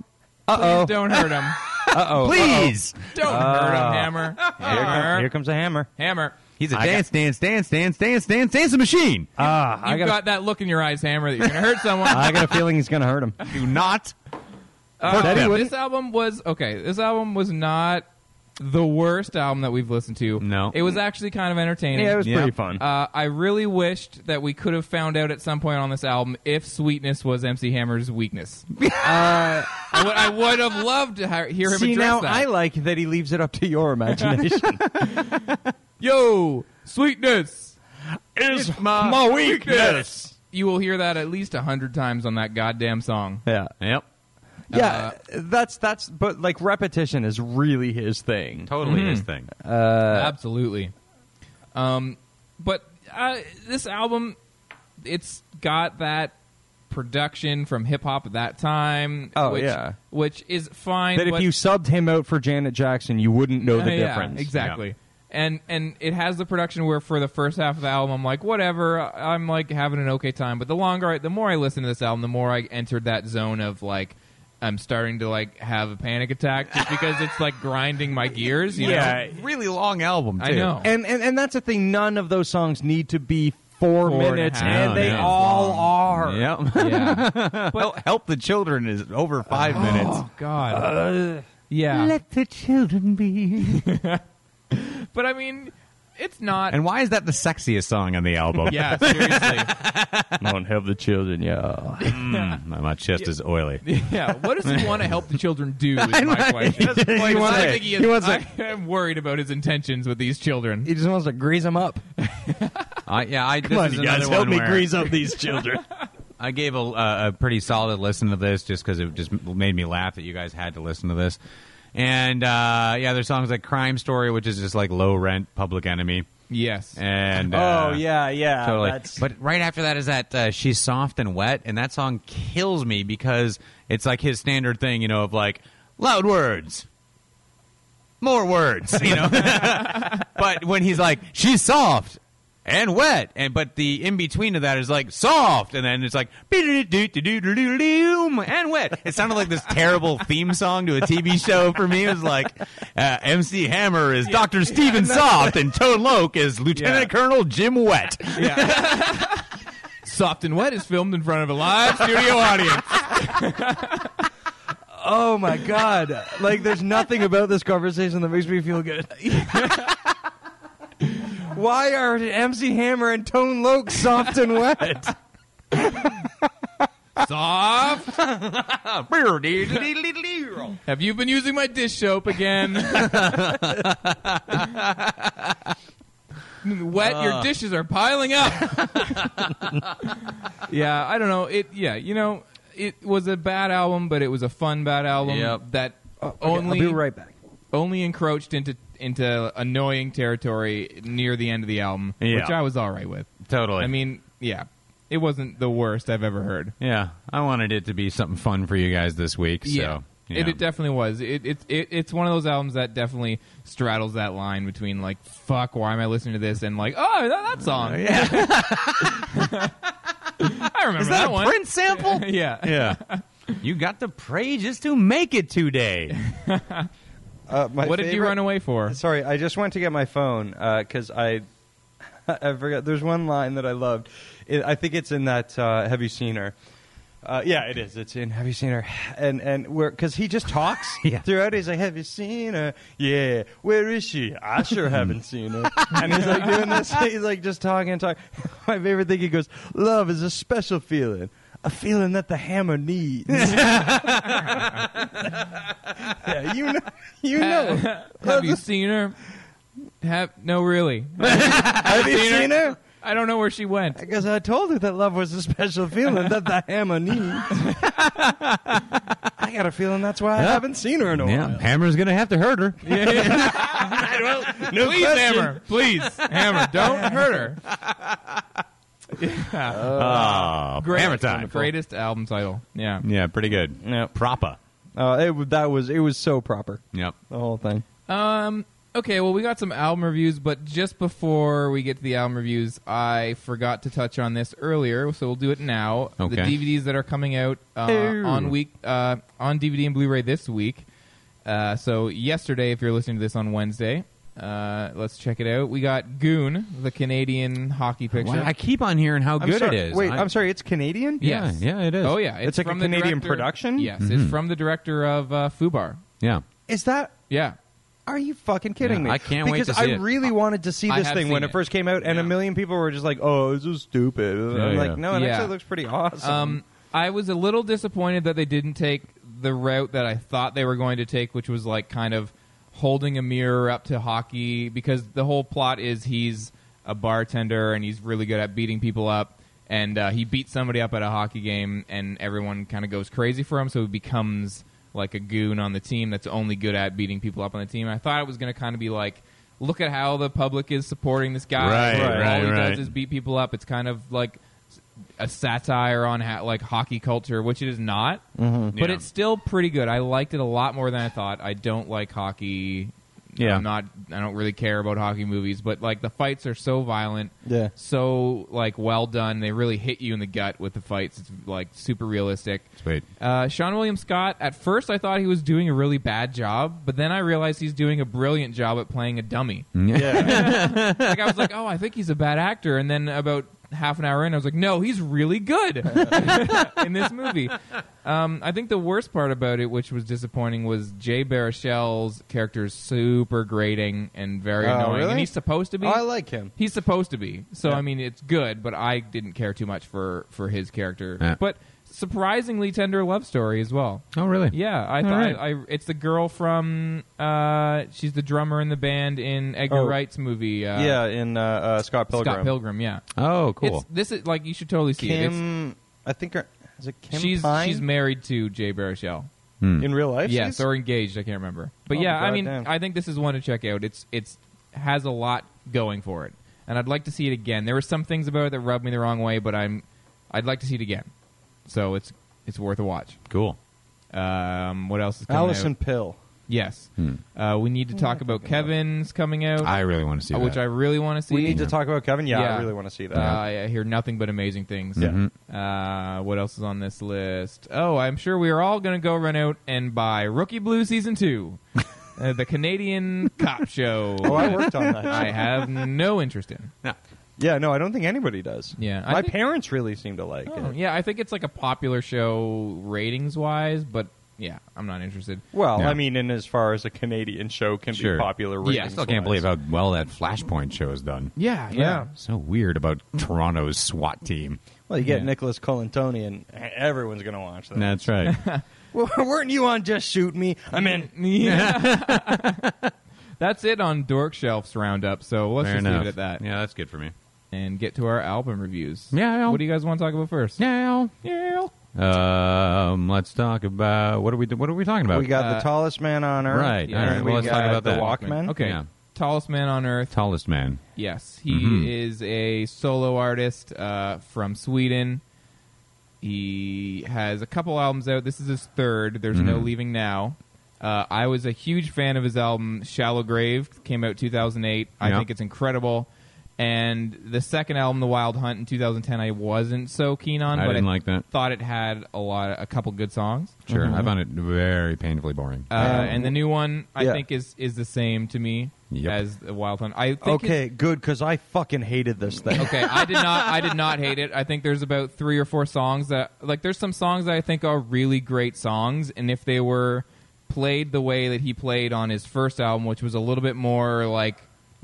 Speaker 1: Please don't hurt him.
Speaker 2: Please.
Speaker 1: Don't hurt him, Hammer.
Speaker 3: here,
Speaker 1: Hammer.
Speaker 3: come- here comes a hammer.
Speaker 1: Hammer.
Speaker 2: He's a dance, dance, dance, dance, dance, dance, dance machine.
Speaker 3: Ah,
Speaker 1: You've
Speaker 3: I got,
Speaker 1: got, that look in your eyes, Hammer, that you're going to hurt someone.
Speaker 3: a, I got a feeling he's gonna hurt him.
Speaker 2: Do not.
Speaker 1: Uh,
Speaker 3: That he
Speaker 1: this
Speaker 3: wouldn't-
Speaker 1: album was, okay, this album was not the worst album that we've listened to.
Speaker 2: No.
Speaker 1: It was actually kind of entertaining.
Speaker 3: Yeah, it was
Speaker 2: Yeah.
Speaker 3: pretty fun.
Speaker 1: Uh, I really wished that we could have found out at some point on this album if sweetness was MC Hammer's weakness. Uh, I, would, I would have loved to ha- hear him
Speaker 3: See
Speaker 1: address
Speaker 3: now,
Speaker 1: that.
Speaker 3: I like that he leaves it up to your imagination.
Speaker 1: Yo, sweetness
Speaker 2: Is
Speaker 1: my You will hear that at least a hundred times on that goddamn song.
Speaker 3: yeah,
Speaker 2: Yep.
Speaker 3: yeah. that's that's. But like repetition is really his thing.
Speaker 2: Totally his thing.
Speaker 3: Uh,
Speaker 1: Absolutely. Um, but uh, this album, it's got that production from hip hop at that time.
Speaker 3: Oh,
Speaker 1: which,
Speaker 3: yeah.
Speaker 1: which is fine.
Speaker 3: That if
Speaker 1: but-
Speaker 3: you subbed him out for Janet Jackson, you wouldn't know the
Speaker 1: Uh, yeah,
Speaker 3: difference.
Speaker 1: exactly. And and it has the production where for the first half of the album I'm like whatever I'm like having an okay time but the longer I, the more I listen to this album the more I entered that zone of like I'm starting to like have a panic attack just because it's like grinding my gears you know
Speaker 3: Yeah.
Speaker 2: Really long album, too.
Speaker 1: I know
Speaker 3: and and, and that's the thing. None of those songs need to be four,
Speaker 1: Four and a
Speaker 3: minutes,
Speaker 1: half.
Speaker 3: and
Speaker 2: No,
Speaker 3: they
Speaker 2: no.
Speaker 3: all are.
Speaker 2: Yep.
Speaker 1: yeah
Speaker 2: Help, help the Children is over five minutes.
Speaker 1: Oh God.
Speaker 3: Uh,
Speaker 1: yeah.
Speaker 2: the children be.
Speaker 1: but I mean, it's not.
Speaker 2: And why is that the sexiest song on the album?
Speaker 1: yeah, seriously.
Speaker 3: Don't have the children, yeah.
Speaker 2: Mm, my chest is oily.
Speaker 1: yeah. What does he want to help the children do? Is my question.
Speaker 2: That's what
Speaker 1: Because
Speaker 2: he
Speaker 1: I
Speaker 2: said.
Speaker 1: think he
Speaker 3: He
Speaker 1: is,
Speaker 3: wants
Speaker 1: I am worried about his intentions with these children.
Speaker 3: He just wants to grease them up.
Speaker 2: I, yeah, I, this is another one where
Speaker 3: up these children.
Speaker 2: I gave a, uh, a pretty solid listen to this just because it just made me laugh that you guys had to listen to this. And uh, yeah, there's songs like "Crime Story," which is just like low rent, "Public Enemy,"
Speaker 1: Yes.
Speaker 2: and
Speaker 3: oh
Speaker 2: uh,
Speaker 3: yeah, yeah.
Speaker 2: totally.
Speaker 3: That's,
Speaker 2: But right after that is that uh, she's soft and wet, and that song kills me because it's like his standard thing, you know, of like loud words, more words, you know. but when he's like she's soft and wet, and but the in between of that is like soft, and then it's like "Be-do-do-do-do-do-do-do-do-um," and wet. It sounded like this terrible theme song to a TV show for me. It was like uh, MC Hammer is Doctor Steven Soft, and Toad Loke is Lieutenant Colonel Jim Wet.
Speaker 1: Soft and Wet is filmed in front of a live studio audience.
Speaker 3: Oh my god! Like, there's nothing about this conversation that makes me feel good. Why are MC Hammer and Tone Loke soft and wet?
Speaker 1: Soft. Have you been using my dish soap again? Wet, your dishes are piling up. yeah, I don't know. It yeah, you know, it was a bad album, but it was a fun bad album
Speaker 2: Yep.
Speaker 1: that only
Speaker 3: I'll be right back.
Speaker 1: only encroached into into annoying territory near the end of the album,
Speaker 2: Yeah.
Speaker 1: which I was all right with.
Speaker 2: Totally.
Speaker 1: I mean, yeah, it wasn't the worst I've ever heard.
Speaker 2: Yeah, I wanted it to be something fun for you guys this week. So, yeah.
Speaker 1: It, it definitely was. It, it it it's one of those albums that definitely straddles that line between like fuck, why am I listening to this, and like oh
Speaker 2: Uh,
Speaker 1: that, that song. yeah, I remember that, one.
Speaker 2: sample?
Speaker 1: yeah.
Speaker 2: yeah. You got to pray just to make it today.
Speaker 3: Uh, my
Speaker 1: What did you
Speaker 3: favorite-
Speaker 1: run away for?
Speaker 3: Sorry, I just went to get my phone because I I forgot. There's one line that I loved. It, I think it's in that uh, Have You Seen Her? Uh, yeah, it is. It's in Have You Seen Her? And and where because he just talks
Speaker 2: Yeah.
Speaker 3: throughout. He's like, Have you seen her? Yeah. Where is she? I sure haven't seen her. And he's like doing this. He's like just talking and talking. My favorite thing. He goes, Love is a special feeling. A feeling that the hammer needs. yeah, you know, you know.
Speaker 1: Have you seen her? Have no really.
Speaker 3: Have you seen her?
Speaker 1: I don't know where she went.
Speaker 3: Because I told her that love was a special feeling that the hammer needs. I got a feeling that's why I haven't seen her in a
Speaker 2: Yeah, Hammer's going to have to hurt her.
Speaker 1: please, Hammer. Please, Hammer. Don't hurt her.
Speaker 2: Oh, Hammer time.
Speaker 1: Greatest album title. Yeah.
Speaker 2: Yeah, pretty good. Yeah. Proper.
Speaker 3: while. Uh, it, w- that was it was so proper.
Speaker 2: Yep.
Speaker 3: The whole thing.
Speaker 1: Okay, well, we got some album reviews, but just before we get to the album reviews, I forgot to touch on this earlier, so we'll do it now.
Speaker 2: Okay.
Speaker 1: The DVDs that are coming out uh, on week uh, on DVD and Blu-ray this week. Uh, so yesterday, if you're listening to this on Wednesday, uh, let's check it out. We got Goon, the Canadian hockey picture.
Speaker 2: Wow, I keep on hearing how
Speaker 3: I'm
Speaker 2: good
Speaker 3: sorry-
Speaker 2: it is.
Speaker 3: Wait,
Speaker 2: I,
Speaker 3: I, am sorry. It's Canadian.
Speaker 2: Yeah,
Speaker 1: Yes.
Speaker 2: yeah, it is.
Speaker 1: Oh yeah,
Speaker 3: It's like a
Speaker 1: from the
Speaker 3: Canadian
Speaker 1: director-
Speaker 3: production?
Speaker 1: Yes,
Speaker 2: Mm-hmm.
Speaker 1: it's from the director of uh, Fubar.
Speaker 2: Yeah.
Speaker 3: Is that?
Speaker 1: Yeah.
Speaker 3: Are you fucking kidding
Speaker 2: Yeah,
Speaker 3: me?
Speaker 2: I can't wait
Speaker 3: because
Speaker 2: to see
Speaker 3: I
Speaker 2: it.
Speaker 3: really wanted to see
Speaker 1: I
Speaker 3: this
Speaker 1: have
Speaker 3: thing when
Speaker 1: seen
Speaker 3: it.
Speaker 1: it.
Speaker 3: first came out, and a
Speaker 1: Yeah.
Speaker 3: million people were just like, "Oh, this is stupid." I'm
Speaker 2: Yeah, yeah.
Speaker 3: like, "No, it
Speaker 1: Yeah.
Speaker 3: actually looks pretty awesome."
Speaker 1: Um, I was a little disappointed that they didn't take the route that I thought they were going to take, which was like kind of holding a mirror up to hockey, because the whole plot is he's a bartender and he's really good at beating people up, and uh, he beats somebody up at a hockey game, and everyone kind of goes crazy for him, so he becomes like a goon on the team that's only good at beating people up on the team. I thought it was going to kind of be like. Look at how the public is supporting this guy.
Speaker 2: Right,
Speaker 1: All he does
Speaker 2: right, right.
Speaker 1: is beat people up. It's kind of like a satire on ha- like hockey culture, which it is not, but
Speaker 2: Yeah.
Speaker 1: it's still pretty good. I liked it a lot more than I thought. I don't like hockey.
Speaker 2: Yeah.
Speaker 1: I'm not. I don't really care about hockey movies, but like the fights are so violent,
Speaker 3: Yeah.
Speaker 1: so like well done. They really hit you in the gut with the fights. It's like super realistic.
Speaker 2: Sweet.
Speaker 1: Uh, Sean William Scott. At first, I thought he was doing a really bad job, but then I realized he's doing a brilliant job at playing a dummy like I was like, oh, I think he's a bad actor, and then about half an hour in, I was like, no, he's really good in this movie. Um, I think the worst part about it, which was disappointing, was Jay Baruchel's character is super grating and very
Speaker 3: Oh,
Speaker 1: annoying,
Speaker 3: really?
Speaker 1: and he's supposed to be.
Speaker 3: Oh, I like him.
Speaker 1: He's supposed to be. So I mean, it's good, but I didn't care too much for for his character.
Speaker 2: Yeah.
Speaker 1: But surprisingly tender love story as well.
Speaker 2: Oh, really?
Speaker 1: Yeah, I
Speaker 2: All
Speaker 1: thought
Speaker 2: right.
Speaker 1: I, it's the girl from uh, she's the drummer in the band in Edgar
Speaker 3: Oh.
Speaker 1: Wright's movie. Uh,
Speaker 3: yeah, in uh, uh, Scott Pilgrim.
Speaker 1: Scott Pilgrim, yeah.
Speaker 2: Oh, cool.
Speaker 1: It's, this is like you should totally see it.
Speaker 3: Kim, I think her, is it Kim
Speaker 1: It's, she's
Speaker 3: Pine?
Speaker 1: she's married to Jay Baruchel. Hmm.
Speaker 3: in real life.
Speaker 1: Yes,
Speaker 3: she's-
Speaker 1: or engaged. I can't remember. But
Speaker 3: Oh,
Speaker 1: yeah, I
Speaker 3: God
Speaker 1: mean,
Speaker 3: damn.
Speaker 1: I think this is one to check out. It's it's has a lot going for it, and I'd like to see it again. There were some things about it that rubbed me the wrong way, but I'm I'd like to see it again. So it's it's worth a watch.
Speaker 2: cool.
Speaker 1: Um, what else is coming
Speaker 3: Allison Hmm,
Speaker 1: out?
Speaker 3: Pill.
Speaker 1: Yes. Uh, we need to talk about Kevin's coming out,
Speaker 2: Hmm. I really want to see
Speaker 1: uh,
Speaker 2: that.
Speaker 1: which I really want to see.
Speaker 3: We need to talk about Kevin. Yeah, I really want to see that.
Speaker 1: Uh, I hear nothing but amazing things.
Speaker 3: Yeah. Mhm.
Speaker 1: Uh, what else is on this list? Oh, I'm sure we are all going to go run out and buy Rookie Blue Season 2, uh, the Canadian cop show.
Speaker 3: oh, I worked on that.
Speaker 1: I have no interest in.
Speaker 2: No.
Speaker 3: Yeah, no, I don't think anybody does.
Speaker 1: Yeah, I
Speaker 3: my
Speaker 1: think-
Speaker 3: parents really seem to like
Speaker 1: Oh,
Speaker 3: it.
Speaker 1: yeah, I think it's like a popular show ratings wise, but yeah, I'm not interested.
Speaker 3: Well,
Speaker 2: Yeah.
Speaker 3: I mean, in as far as a Canadian show can
Speaker 2: Sure.
Speaker 3: be
Speaker 1: Yeah,
Speaker 3: popular,
Speaker 1: I
Speaker 2: I
Speaker 3: ratings-wise.
Speaker 2: still can't believe how well that Flashpoint show is done.
Speaker 1: Yeah,
Speaker 3: Yeah.
Speaker 2: So weird about Toronto's SWAT team.
Speaker 3: Well, you get
Speaker 1: Yeah.
Speaker 3: Nicholas Colantoni, and everyone's going to watch that.
Speaker 2: That's right.
Speaker 3: Well, weren't you on Just Shoot Me? I mean,
Speaker 1: Yeah. That's it on Dork Shelf's roundup, so let's
Speaker 2: Fair
Speaker 1: just
Speaker 2: enough.
Speaker 1: leave it at that
Speaker 2: Yeah, that's good for me.
Speaker 1: and get to our album reviews.
Speaker 2: Yeah.
Speaker 1: What do you guys want to talk about first?
Speaker 2: Now,
Speaker 1: Yeah.
Speaker 2: um, let's talk about what are we? What are we talking about?
Speaker 3: we got
Speaker 1: Uh,
Speaker 3: the tallest man on earth.
Speaker 2: right,
Speaker 1: all right, well,
Speaker 3: and we
Speaker 1: let's
Speaker 3: got
Speaker 2: talk about
Speaker 3: the
Speaker 2: that.
Speaker 3: Walkman.
Speaker 1: Okay.
Speaker 2: Yeah.
Speaker 1: Tallest man on earth.
Speaker 2: tallest man.
Speaker 1: Yes, he
Speaker 2: Mm-hmm.
Speaker 1: is a solo artist uh, from Sweden. He has a couple albums out. This is his third. There's no
Speaker 2: Mm-hmm.
Speaker 1: leaving now. Uh, I was a huge fan of his album Shallow Grave. Came out 2008. I
Speaker 2: Yeah.
Speaker 1: think it's incredible. And the second album, The Wild Hunt, in 2010, I wasn't so keen on.
Speaker 2: I
Speaker 1: but
Speaker 2: didn't like that.
Speaker 1: Thought it had a lot, a couple good songs.
Speaker 2: Sure, I found it very painfully boring.
Speaker 1: Mm-hmm.
Speaker 2: Um,
Speaker 1: Uh, and the new one, I
Speaker 3: Yeah.
Speaker 1: think, is is the same to me
Speaker 2: Yep.
Speaker 1: as The Wild Hunt. I think it-
Speaker 3: Okay, good, because I fucking hated this thing.
Speaker 1: Okay, I did not. I did not hate it. I think there's about three or four songs that like. There's some songs that I think are really great songs, and if they were played the way that he played on his first album, which was a little bit more like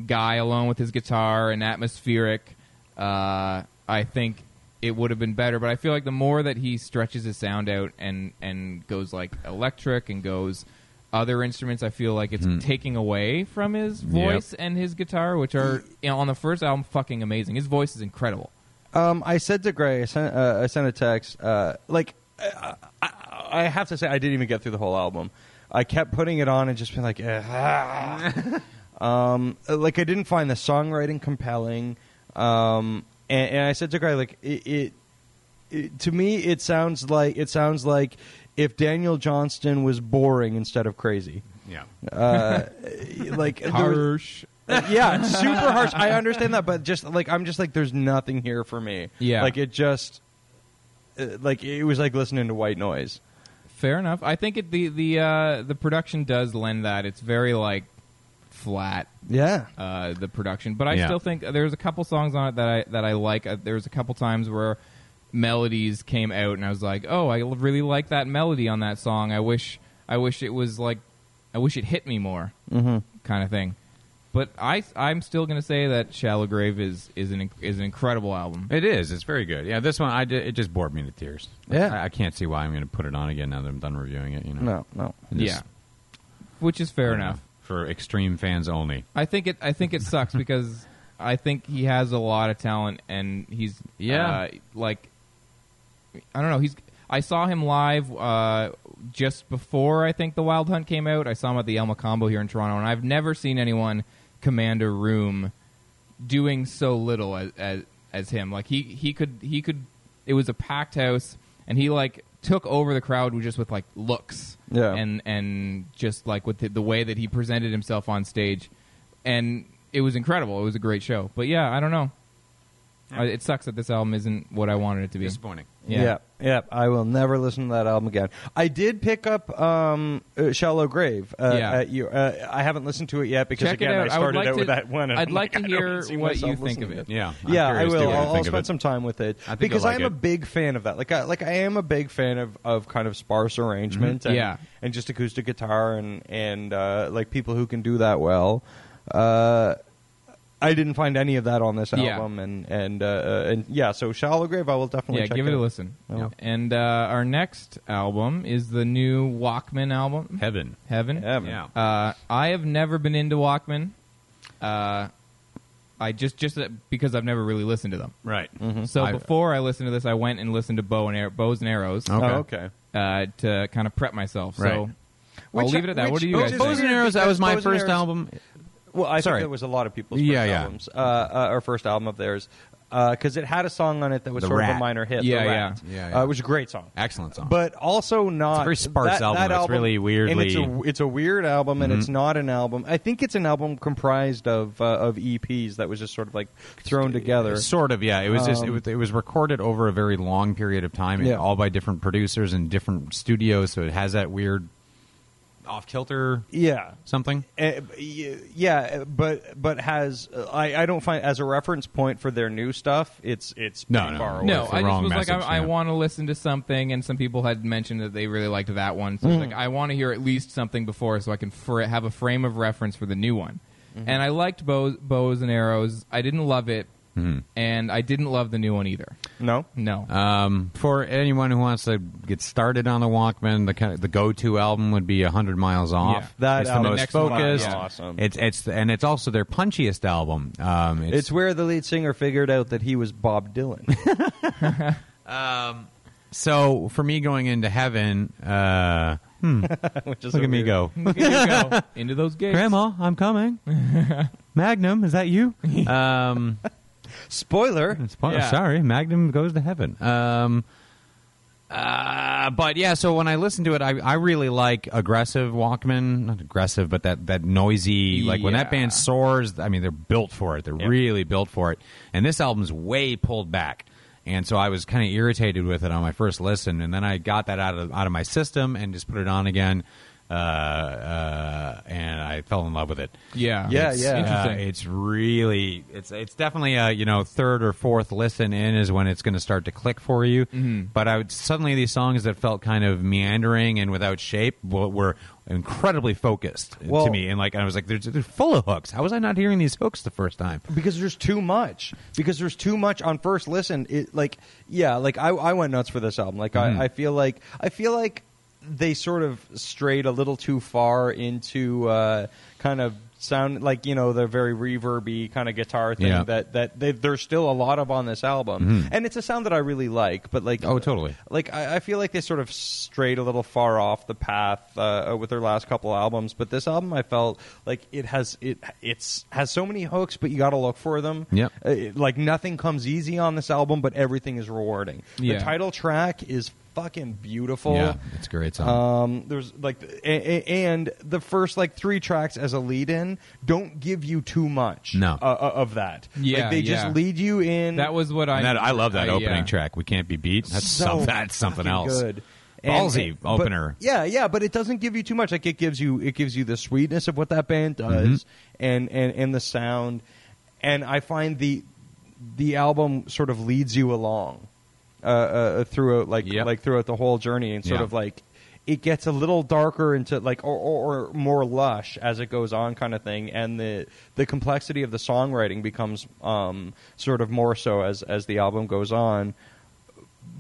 Speaker 1: guy alone with his guitar and atmospheric, uh, I think it would have been better. But I feel like the more that he stretches his sound out and and goes like electric and goes other instruments, I feel like it's taking away from his voice and his guitar, which are you know, on the first album fucking amazing. His voice is incredible.
Speaker 3: Um, I said to Gray, I sent, uh, I sent a text. Uh, like, I, I, I have to say, I didn't even get through the whole album. I kept putting it on and just being like, eh, ah. um, like I didn't find the songwriting compelling. Um, and, and I said to Gray, like, it, it, it, to me, it sounds like it sounds like if Daniel Johnston was boring instead of crazy.
Speaker 2: yeah.
Speaker 3: Uh, like there was-
Speaker 1: Harsh.
Speaker 3: yeah, it's super harsh. I understand that, but just like I'm just like there's nothing here for me.
Speaker 1: Yeah.
Speaker 3: like it just uh, like it was like listening to white noise.
Speaker 1: Fair enough. I think it, the the uh, the production does lend that. It's very like flat.
Speaker 3: Yeah,
Speaker 1: uh, the production. But I
Speaker 2: Yeah.
Speaker 1: still think there's a couple songs on it that I that I like. Uh, there was a couple times where melodies came out, and I was like, "Oh, I l- really like that melody on that song. I wish I wish it was like I wish it hit me more, mm-hmm. kind of thing." But I I'm still gonna say that Shallow Grave is is an inc- is an incredible album.
Speaker 2: It is. It's very good. Yeah, this one I did, it just bored me to tears.
Speaker 3: Yeah.
Speaker 2: I, I can't see why I'm going to put it on again now that I'm done reviewing it. You know,
Speaker 3: no, no.
Speaker 2: Just-
Speaker 1: yeah, which is fair enough.
Speaker 2: for extreme fans only.
Speaker 1: I think it. I think it sucks because I think he has a lot of talent, and he's
Speaker 2: Yeah.
Speaker 1: uh, like I don't know. He's. I saw him live uh, just before I think the Wild Hunt came out. I saw him at the Elma Combo here in Toronto, and I've never seen anyone command a room doing so little as as, as him. Like he he could he could. It was a packed house, and he like took over the crowd with- just with like looks
Speaker 3: Yeah.
Speaker 1: and and just like with the, the way that he presented himself on stage, and it was incredible. It was a great show. But yeah, I don't know. I, it sucks that this album isn't what I wanted it to be.
Speaker 2: Disappointing.
Speaker 1: Yeah.
Speaker 3: Yeah. yeah, I will never listen to that album again. I did pick up um, uh, "Shallow Grave." Uh,
Speaker 1: Yeah.
Speaker 3: at your, uh, I haven't listened to it yet because
Speaker 1: Check it
Speaker 3: again,
Speaker 1: out.
Speaker 3: I
Speaker 1: I would
Speaker 3: started
Speaker 1: like
Speaker 3: out with
Speaker 1: to-
Speaker 3: that one. And
Speaker 1: I'd
Speaker 3: I'm
Speaker 1: like to
Speaker 3: I don't
Speaker 1: hear
Speaker 3: see
Speaker 1: what
Speaker 3: myself
Speaker 1: you think
Speaker 3: listening
Speaker 1: of
Speaker 3: to
Speaker 1: it.
Speaker 2: Yeah, I'm
Speaker 3: yeah, I
Speaker 2: curious to
Speaker 3: will.
Speaker 2: what you
Speaker 3: I'll, I'll
Speaker 2: think of
Speaker 3: spend
Speaker 2: it.
Speaker 3: some time with it
Speaker 2: I think
Speaker 3: because
Speaker 2: you'll like
Speaker 3: I'm a
Speaker 2: it.
Speaker 3: big fan of that. Like, I, like I am a big fan of, of kind of sparse arrangement and,
Speaker 1: Yeah.
Speaker 3: and just acoustic guitar and and uh, like people who can do that well. Uh, I didn't find any of that on this
Speaker 1: Yeah.
Speaker 3: album, and and uh, uh, and yeah. So shallow grave, I will definitely
Speaker 1: yeah,
Speaker 3: check
Speaker 1: give it a
Speaker 3: out.
Speaker 1: listen.
Speaker 3: Yeah.
Speaker 1: And uh, our next album is the new Walkman album,
Speaker 2: Heaven.
Speaker 1: Heaven.
Speaker 3: Yeah, man.
Speaker 2: Yeah.
Speaker 1: Uh, I have never been into Walkman. Uh, I just just uh, because I've never really listened to them.
Speaker 2: right.
Speaker 1: So
Speaker 2: I-
Speaker 1: before mm-hmm. I listened to this, I went and listened to bow and Ar- bows and arrows
Speaker 2: Okay.
Speaker 3: Oh, okay.
Speaker 1: uh, to kind of prep myself. So
Speaker 2: Right.
Speaker 1: I'll leave it at that. what do you
Speaker 3: which
Speaker 1: guys?
Speaker 3: is
Speaker 1: think?
Speaker 2: Bows and Arrows. That was my
Speaker 3: Bows and
Speaker 2: first
Speaker 3: Arrows-
Speaker 2: album.
Speaker 3: Well, I
Speaker 2: Sorry.
Speaker 3: think it was a lot of people's
Speaker 2: Yeah,
Speaker 3: first
Speaker 2: yeah.
Speaker 3: albums, uh, uh, or first album of theirs, because it had a song on it that was
Speaker 2: The
Speaker 3: sort of
Speaker 2: Rat.
Speaker 3: a minor hit.
Speaker 1: Yeah,
Speaker 3: The
Speaker 1: yeah.
Speaker 3: Rat.
Speaker 2: Yeah, yeah.
Speaker 3: Uh, it was a great song.
Speaker 2: Excellent song.
Speaker 3: But also not
Speaker 2: very sparse
Speaker 3: that-
Speaker 2: album.
Speaker 3: that
Speaker 2: It's really
Speaker 3: And it's, a,
Speaker 2: weirdly- Mm-hmm.
Speaker 3: it's a weird album, and it's not an album. I think it's an album comprised of uh, of EPs that was just sort of like thrown together.
Speaker 2: Sort of, yeah. It was just it was, it was recorded over a very long period of time, and
Speaker 3: Yeah.
Speaker 2: all by different producers and different studios. So it has that weird off kilter
Speaker 3: Yeah.
Speaker 2: something.
Speaker 3: Uh, y- yeah, but but has I, I don't find as a reference point for their new stuff. It's it's
Speaker 2: No,
Speaker 3: pretty
Speaker 2: no,
Speaker 3: far away.
Speaker 2: Well,
Speaker 1: No,
Speaker 2: it's the
Speaker 1: I just
Speaker 2: wrong
Speaker 1: was like,
Speaker 2: message,
Speaker 1: I, I
Speaker 2: yeah.
Speaker 1: want to listen to something, and some people had mentioned that they really liked that one. So I
Speaker 2: Mm.
Speaker 1: was like, I want to hear at least something before, so I can fr- have a frame of reference for the new one.
Speaker 2: Mm-hmm.
Speaker 1: And I liked bows, bows and arrows. I didn't love it,
Speaker 2: Mm-hmm.
Speaker 1: and I didn't love the new one either.
Speaker 3: no.
Speaker 1: No,
Speaker 2: Um, for anyone who wants to get started on the Walkman, the kind of, the go-to album would be hundred miles off.
Speaker 1: Yeah.
Speaker 3: That
Speaker 2: it's
Speaker 3: album-
Speaker 2: the
Speaker 3: the
Speaker 2: most
Speaker 1: next one,
Speaker 2: focused.
Speaker 1: yeah.
Speaker 3: Awesome.
Speaker 2: It's it's and it's also their punchiest album. Um, it's,
Speaker 3: It's where the lead singer figured out that he was Bob Dylan.
Speaker 2: so for me going into heaven. Uh, hmm,
Speaker 3: which is
Speaker 2: look
Speaker 3: a
Speaker 2: at me
Speaker 3: weird-
Speaker 2: go.
Speaker 1: Here you go. into those gates.
Speaker 2: Grandma, I'm coming. Magnum, is that you? Um,
Speaker 3: Spoiler.
Speaker 2: it's fun-
Speaker 1: Yeah.
Speaker 2: Sorry, Magnum goes to heaven. Um, uh, but yeah, so when I listen to it, I, I really like aggressive Walkman. Not aggressive, but that, that noisy, like when that
Speaker 1: Yeah.
Speaker 2: band soars, I mean, they're built for it. They're really built for it. And this album's way pulled back. And so I was kind of irritated with it on my first listen, and then I got that out of out of my system and just put it on again, uh, uh, and I fell in love with it.
Speaker 1: Yeah,
Speaker 3: Yeah,
Speaker 1: It's
Speaker 3: yeah.
Speaker 1: Interesting.
Speaker 2: Uh, it's really it's it's definitely a you know third or fourth listen in is when it's going to start to click for you.
Speaker 3: Mm-hmm.
Speaker 2: But I would suddenly these songs that felt kind of meandering and without shape wa- were incredibly focused
Speaker 3: Well-
Speaker 2: to me, and like I was like they're, they're full of hooks. How was I not hearing these hooks the first time?
Speaker 3: because there's too much because there's too much on first listen it like yeah like i, I went nuts for this album like
Speaker 2: Mm-hmm.
Speaker 3: I, I feel like i feel like they sort of strayed a little too far into uh, kind of sound like you know the very reverby kind of guitar thing
Speaker 2: Yeah. Mm-hmm.
Speaker 3: that that they, there's still a lot of on this album and it's a sound that i really like but like
Speaker 2: Oh, totally.
Speaker 3: like I, I feel like they sort of strayed a little far off the path uh, with their last couple albums, but this album I felt like it has it it's has so many hooks, but you got to look for them.
Speaker 2: Yep.
Speaker 3: Uh, it- like nothing comes easy on this album, but everything is rewarding.
Speaker 1: Yeah.
Speaker 3: The title track is fucking beautiful.
Speaker 2: Yeah, it's a great song.
Speaker 3: Um, there's like, a, a- and the first like three tracks as a lead-in don't give you too much.
Speaker 2: No.
Speaker 3: uh, uh, of that.
Speaker 1: Yeah,
Speaker 3: like, they
Speaker 1: yeah.
Speaker 3: just lead you in.
Speaker 1: that was what I.
Speaker 2: And that- I love that
Speaker 1: I-
Speaker 2: opening
Speaker 1: yeah.
Speaker 2: track. We can't be beat. That's
Speaker 3: so
Speaker 2: some, that's something
Speaker 3: fucking
Speaker 2: else.
Speaker 3: Good.
Speaker 2: Ballsy
Speaker 3: but-
Speaker 2: opener.
Speaker 3: yeah, yeah, but it doesn't give you too much. Like it gives you it gives you the sweetness of what that band
Speaker 2: Mm-hmm.
Speaker 3: does and, and and the sound. And I find the the album sort of leads you along uh, uh, throughout like
Speaker 2: Yep.
Speaker 3: like throughout the whole journey and sort
Speaker 2: Yeah.
Speaker 3: of like it gets a little darker into like or, or, or more lush as it goes on kind of thing and the the complexity of the songwriting becomes um, sort of more so as as the album goes on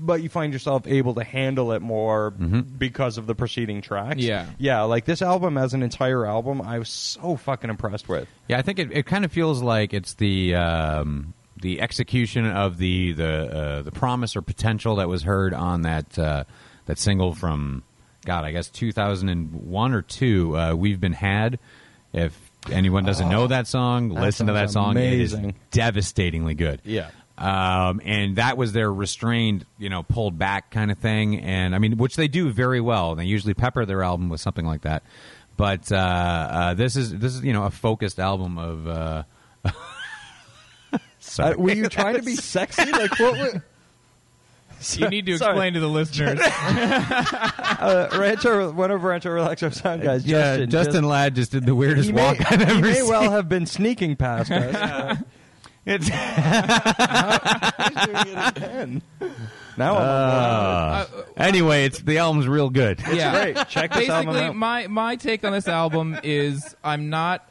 Speaker 3: but you find yourself able to handle it more
Speaker 2: Mm-hmm.
Speaker 3: because of the preceding tracks.
Speaker 1: Yeah.
Speaker 3: Yeah, like this album as an entire album, I was so fucking impressed with.
Speaker 2: Yeah, I think it, it kind of feels like it's the um, the execution of the the uh, the promise or potential that was heard on that uh, that single from God, I guess two thousand and one or two. Uh, We've been had. If anyone doesn't know that song, listen to that
Speaker 3: Oh, sounds
Speaker 2: song. It is
Speaker 3: amazing.
Speaker 2: devastatingly good.
Speaker 3: Yeah.
Speaker 2: Um, and that was their restrained, you know, pulled back kind of thing. And I mean, which they do very well. They usually pepper their album with something like that. But uh, uh, this is this is you know a focused album of. Uh,
Speaker 3: Uh,
Speaker 2: sorry.
Speaker 3: were you trying to be sexy? Like what? Were,
Speaker 1: You need to
Speaker 3: Sorry.
Speaker 1: explain to the listeners.
Speaker 3: uh, Rancho, one of Rancho Relaxo Sound guys,
Speaker 2: yeah, Justin,
Speaker 3: Justin. just-
Speaker 2: Ladd just did the weirdest
Speaker 3: he may,
Speaker 2: walk I've
Speaker 3: he
Speaker 2: ever
Speaker 3: may
Speaker 2: seen.
Speaker 3: well have been sneaking past us. Uh,
Speaker 2: It's-
Speaker 3: he's doing it again. Now
Speaker 2: Uh,
Speaker 3: I'm
Speaker 2: anyway, it's the album's real good.
Speaker 1: yeah,
Speaker 3: great. Check this album
Speaker 1: basically
Speaker 3: out.
Speaker 1: my my take on this album is I'm not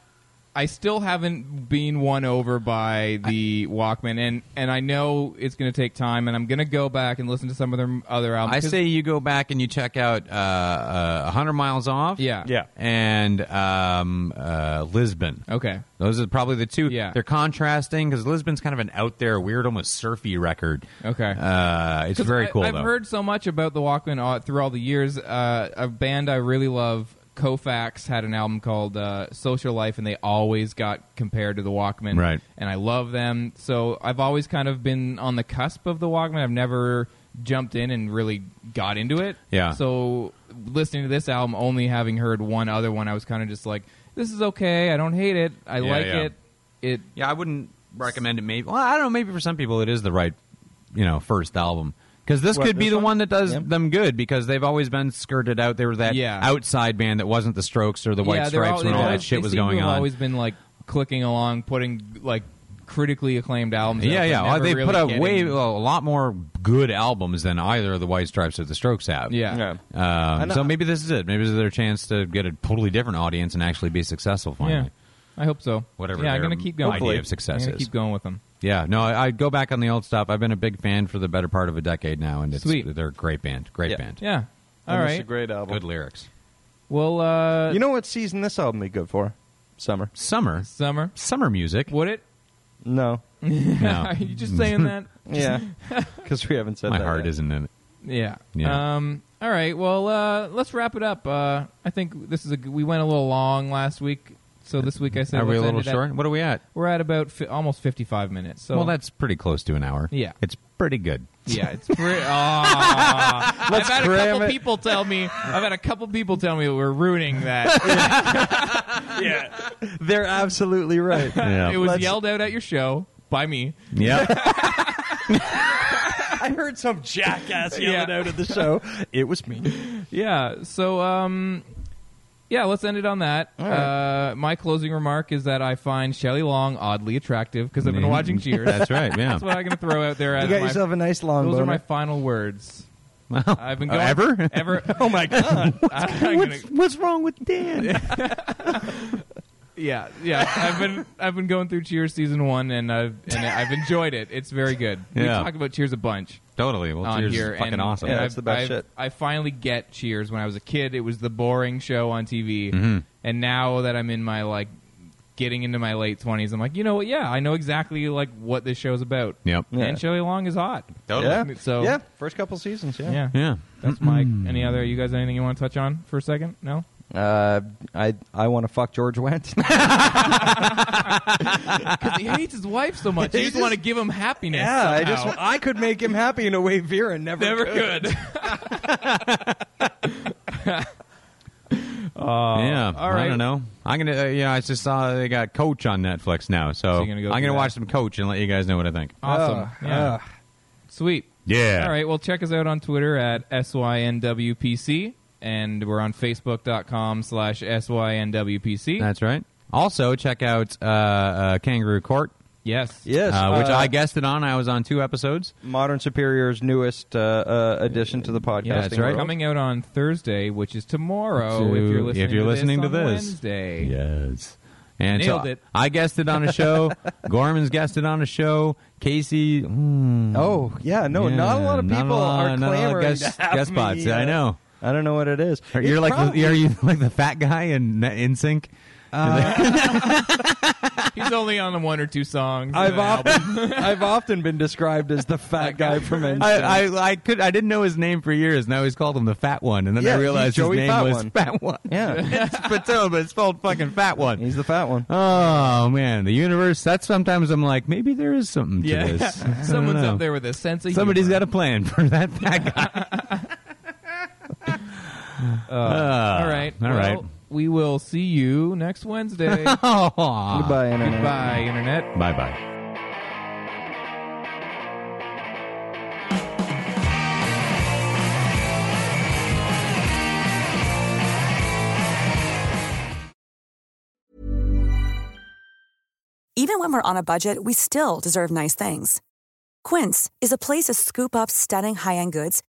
Speaker 1: I still haven't been won over by the Walkman and and I know it's going to take time and I'm going to go back and listen to some of their other albums.
Speaker 2: I say you go back and you check out uh, uh, 100 Miles Off.
Speaker 1: Yeah.
Speaker 3: Yeah.
Speaker 2: And um, uh, Lisbon.
Speaker 1: okay.
Speaker 2: Those are probably the two.
Speaker 1: Yeah.
Speaker 2: They're contrasting because Lisbon's kind of an out there, weird, almost surfy record.
Speaker 1: Okay.
Speaker 2: Uh, it's very cool,
Speaker 1: I, have
Speaker 2: though.
Speaker 1: heard so much about the Walkman all, through all the years. Uh, a Uh, band I really love Kofax had an album called uh, Social Life, and they always got compared to the Walkman.
Speaker 2: Right.
Speaker 1: And I love them. So I've always kind of been on the cusp of the Walkman. I've never jumped in and really got into it.
Speaker 2: Yeah.
Speaker 1: So listening to this album, only having heard one other one, I was kind of just like, this is okay. I don't hate it. I
Speaker 2: Yeah,
Speaker 1: like
Speaker 2: yeah.
Speaker 1: it. It
Speaker 2: Yeah, I wouldn't recommend it. Maybe well, I don't know. Maybe for some people, it is the right, you know, first album because this
Speaker 3: What,
Speaker 2: could be
Speaker 3: this
Speaker 2: the
Speaker 3: one?
Speaker 2: one that does
Speaker 3: Yeah.
Speaker 2: them good because they've always been skirted out. They were that
Speaker 1: Yeah.
Speaker 2: outside band that wasn't the Strokes or the White
Speaker 1: yeah, they're
Speaker 2: Stripes
Speaker 1: all,
Speaker 2: when
Speaker 1: they've
Speaker 2: all that
Speaker 1: always-
Speaker 2: shit
Speaker 1: they
Speaker 2: was
Speaker 1: seem to
Speaker 2: going
Speaker 1: have
Speaker 2: on.
Speaker 1: Always been like clicking along, putting like critically acclaimed albums.
Speaker 2: yeah,
Speaker 1: out,
Speaker 2: yeah.
Speaker 1: but
Speaker 2: Well,
Speaker 1: never
Speaker 2: they
Speaker 1: really
Speaker 2: put out way
Speaker 1: getting-
Speaker 2: well, a lot more good albums than either of the White Stripes or the Strokes have.
Speaker 1: Yeah.
Speaker 3: Yeah.
Speaker 2: Um,
Speaker 3: And
Speaker 2: so
Speaker 3: I-
Speaker 2: maybe this is it. Maybe this is their chance to get a totally different audience and actually be successful
Speaker 1: yeah.
Speaker 2: finally.
Speaker 1: I hope so.
Speaker 2: Whatever
Speaker 1: Yeah, I'm
Speaker 2: their
Speaker 1: gonna keep going.
Speaker 2: idea of success
Speaker 1: I'm gonna
Speaker 2: is.
Speaker 1: keep going with them.
Speaker 2: Yeah, no, I, I go back on the old stuff. I've been a big fan for the better part of a decade now, and it's,
Speaker 1: Sweet.
Speaker 2: they're a great band. Great
Speaker 3: Yeah.
Speaker 2: band.
Speaker 1: Yeah. All
Speaker 3: And It's a
Speaker 1: right.
Speaker 3: great album.
Speaker 2: Good lyrics.
Speaker 1: Well, uh,
Speaker 3: You know what season this album be good for? Summer.
Speaker 2: Summer.
Speaker 1: summer.
Speaker 2: Summer music.
Speaker 1: Would it?
Speaker 3: No.
Speaker 2: No.
Speaker 1: Are you just saying that?
Speaker 3: Yeah. Because we haven't said
Speaker 2: My
Speaker 3: that.
Speaker 2: heart
Speaker 3: yet.
Speaker 2: isn't in it.
Speaker 1: Yeah.
Speaker 2: Yeah.
Speaker 1: Um. All right. Well, uh, let's wrap it up. Uh, I think this is a. g- We went a little long last week, so this week I said
Speaker 2: Are we a
Speaker 1: let's end
Speaker 2: little
Speaker 1: it at-
Speaker 2: short? What are we at?
Speaker 1: we're at about fi- almost fifty-five minutes. So
Speaker 2: well, that's pretty close to an hour.
Speaker 1: Yeah.
Speaker 2: It's pretty good.
Speaker 1: Yeah, it's pretty. Aw. I've had a
Speaker 3: cram
Speaker 1: couple
Speaker 3: it.
Speaker 1: people tell me. I've had a couple people tell me we're ruining that.
Speaker 3: Yeah. They're absolutely right.
Speaker 2: Yeah.
Speaker 1: It was
Speaker 3: Let's-
Speaker 1: yelled out at your show by me.
Speaker 2: yeah.
Speaker 3: I heard some jackass
Speaker 1: Yeah.
Speaker 3: yelling out at the show. It was me.
Speaker 1: Yeah. So, um, yeah, let's end it on that. Uh, my closing remark is that I find Shelley Long oddly attractive because I've been watching Cheers.
Speaker 2: That's right. Yeah.
Speaker 1: That's what I'm going to throw out there.
Speaker 3: You
Speaker 1: as
Speaker 3: got
Speaker 1: my-
Speaker 3: yourself a nice long
Speaker 1: Those are
Speaker 3: boner.
Speaker 1: my final words.
Speaker 2: Wow.
Speaker 1: I've been
Speaker 2: Uh,
Speaker 1: going
Speaker 2: ever?
Speaker 1: ever.
Speaker 3: Oh my god!
Speaker 1: I'm gonna-
Speaker 3: What's wrong with Dan?
Speaker 1: Yeah, yeah. I've been I've been going through Cheers season one, and I've and I've enjoyed it. It's very good. We
Speaker 2: Yeah.
Speaker 1: talk about Cheers a bunch
Speaker 2: totally. Well,
Speaker 1: on
Speaker 2: Cheers is
Speaker 1: here.
Speaker 2: fucking
Speaker 1: and,
Speaker 2: awesome.
Speaker 1: and
Speaker 3: Yeah,
Speaker 1: I've-
Speaker 3: it's the best
Speaker 1: I've-
Speaker 3: shit.
Speaker 1: I finally get Cheers. When I was a kid, it was the boring show on TV,
Speaker 3: Mm-hmm.
Speaker 1: and now that I'm in my like getting into my late twenties, I'm like, you know what? Yeah, I know exactly like what this show's about.
Speaker 2: Yep.
Speaker 3: Yeah.
Speaker 1: And Shelley Long is hot.
Speaker 2: Totally.
Speaker 3: yeah.
Speaker 1: So-
Speaker 3: yeah, first couple seasons. Yeah. Mm-hmm.
Speaker 1: Yeah.
Speaker 2: Yeah.
Speaker 1: That's my. Any other? You guys, anything you want to touch on for a second? No.
Speaker 3: Uh, I I want to fuck George Wendt.
Speaker 1: Because he hates his wife so much, you
Speaker 3: He
Speaker 1: just
Speaker 3: just-
Speaker 1: want to give him happiness.
Speaker 3: yeah, I just
Speaker 1: somehow.
Speaker 3: I could make him happy in a way Vera never
Speaker 1: never
Speaker 3: could.
Speaker 1: could.
Speaker 2: yeah.
Speaker 1: Uh, all
Speaker 2: I
Speaker 1: right.
Speaker 2: don't know. I'm going to, uh, yeah, I just saw they got Coach on Netflix now. So,
Speaker 1: you're gonna go
Speaker 2: I'm
Speaker 1: through
Speaker 2: going to
Speaker 1: that.
Speaker 2: watch some Coach and let you guys know what I think.
Speaker 3: Uh,
Speaker 1: Awesome.
Speaker 2: Ah,
Speaker 3: Ugh,
Speaker 1: yeah.
Speaker 3: ugh.
Speaker 1: Sweet.
Speaker 2: Yeah.
Speaker 1: All right. Well, check us out on Twitter at SYNWPC. And we're on Facebook.com slash SYNWPC.
Speaker 2: That's right. Also, check out uh, uh, Kangaroo Court,
Speaker 1: yes.
Speaker 3: Yes,
Speaker 2: uh, which
Speaker 3: uh,
Speaker 2: I guested on. I was on two episodes.
Speaker 3: Modern Superior's newest uh, uh, addition to the podcast.
Speaker 1: Yeah,
Speaker 2: that's right.
Speaker 1: Coming out on Thursday, which is tomorrow. if you're
Speaker 2: To-
Speaker 1: listening,
Speaker 2: if you're
Speaker 1: to,
Speaker 2: listening
Speaker 1: this
Speaker 2: to
Speaker 1: on
Speaker 2: this.
Speaker 1: Wednesday.
Speaker 2: Yes. And
Speaker 1: Nailed
Speaker 2: so
Speaker 1: it.
Speaker 2: I guested on a show. Gorman's guested on a show. Casey. mm,
Speaker 3: Oh yeah, no,
Speaker 2: yeah,
Speaker 3: not a lot of
Speaker 2: not
Speaker 3: people
Speaker 2: a lot-
Speaker 3: are
Speaker 2: not a lot of
Speaker 3: clamoring
Speaker 2: guest,
Speaker 3: to have
Speaker 2: guest
Speaker 3: me,
Speaker 2: spots.
Speaker 3: uh,
Speaker 2: I know.
Speaker 3: I don't know what it is.
Speaker 2: Are- You're
Speaker 3: It's
Speaker 2: like
Speaker 3: probably-
Speaker 2: the, are you like the fat guy in in sync?
Speaker 3: Uh,
Speaker 1: He's only on one or two songs.
Speaker 3: I've
Speaker 1: Uh,
Speaker 3: often I've often been described as the fat guy from NSYNC.
Speaker 2: I, I I could I didn't know his name for years, and I always called him the fat one, and then
Speaker 3: Yeah,
Speaker 2: I
Speaker 3: he's
Speaker 2: realized his
Speaker 3: Joey
Speaker 2: name
Speaker 3: Fat
Speaker 2: was
Speaker 3: One.
Speaker 2: fat one.
Speaker 3: Yeah.
Speaker 2: it's Fatone, but it's spelled fucking fat one.
Speaker 3: He's the fat one.
Speaker 2: Oh man, the universe. That's sometimes I'm like, maybe there is something to
Speaker 1: yeah.
Speaker 2: this. I don't
Speaker 1: Someone's
Speaker 2: know.
Speaker 1: up there with a sense of
Speaker 2: Somebody's
Speaker 1: humor.
Speaker 2: got a plan for that fat guy.
Speaker 3: Uh,
Speaker 1: All right.
Speaker 2: Uh, all
Speaker 1: well,
Speaker 2: right.
Speaker 1: We will see you next Wednesday.
Speaker 2: Goodbye.
Speaker 3: Goodbye, internet.
Speaker 1: Goodbye, Internet.
Speaker 2: Bye bye.
Speaker 7: Even when we're on a budget, we still deserve nice things. Quince is a place to scoop up stunning high-end goods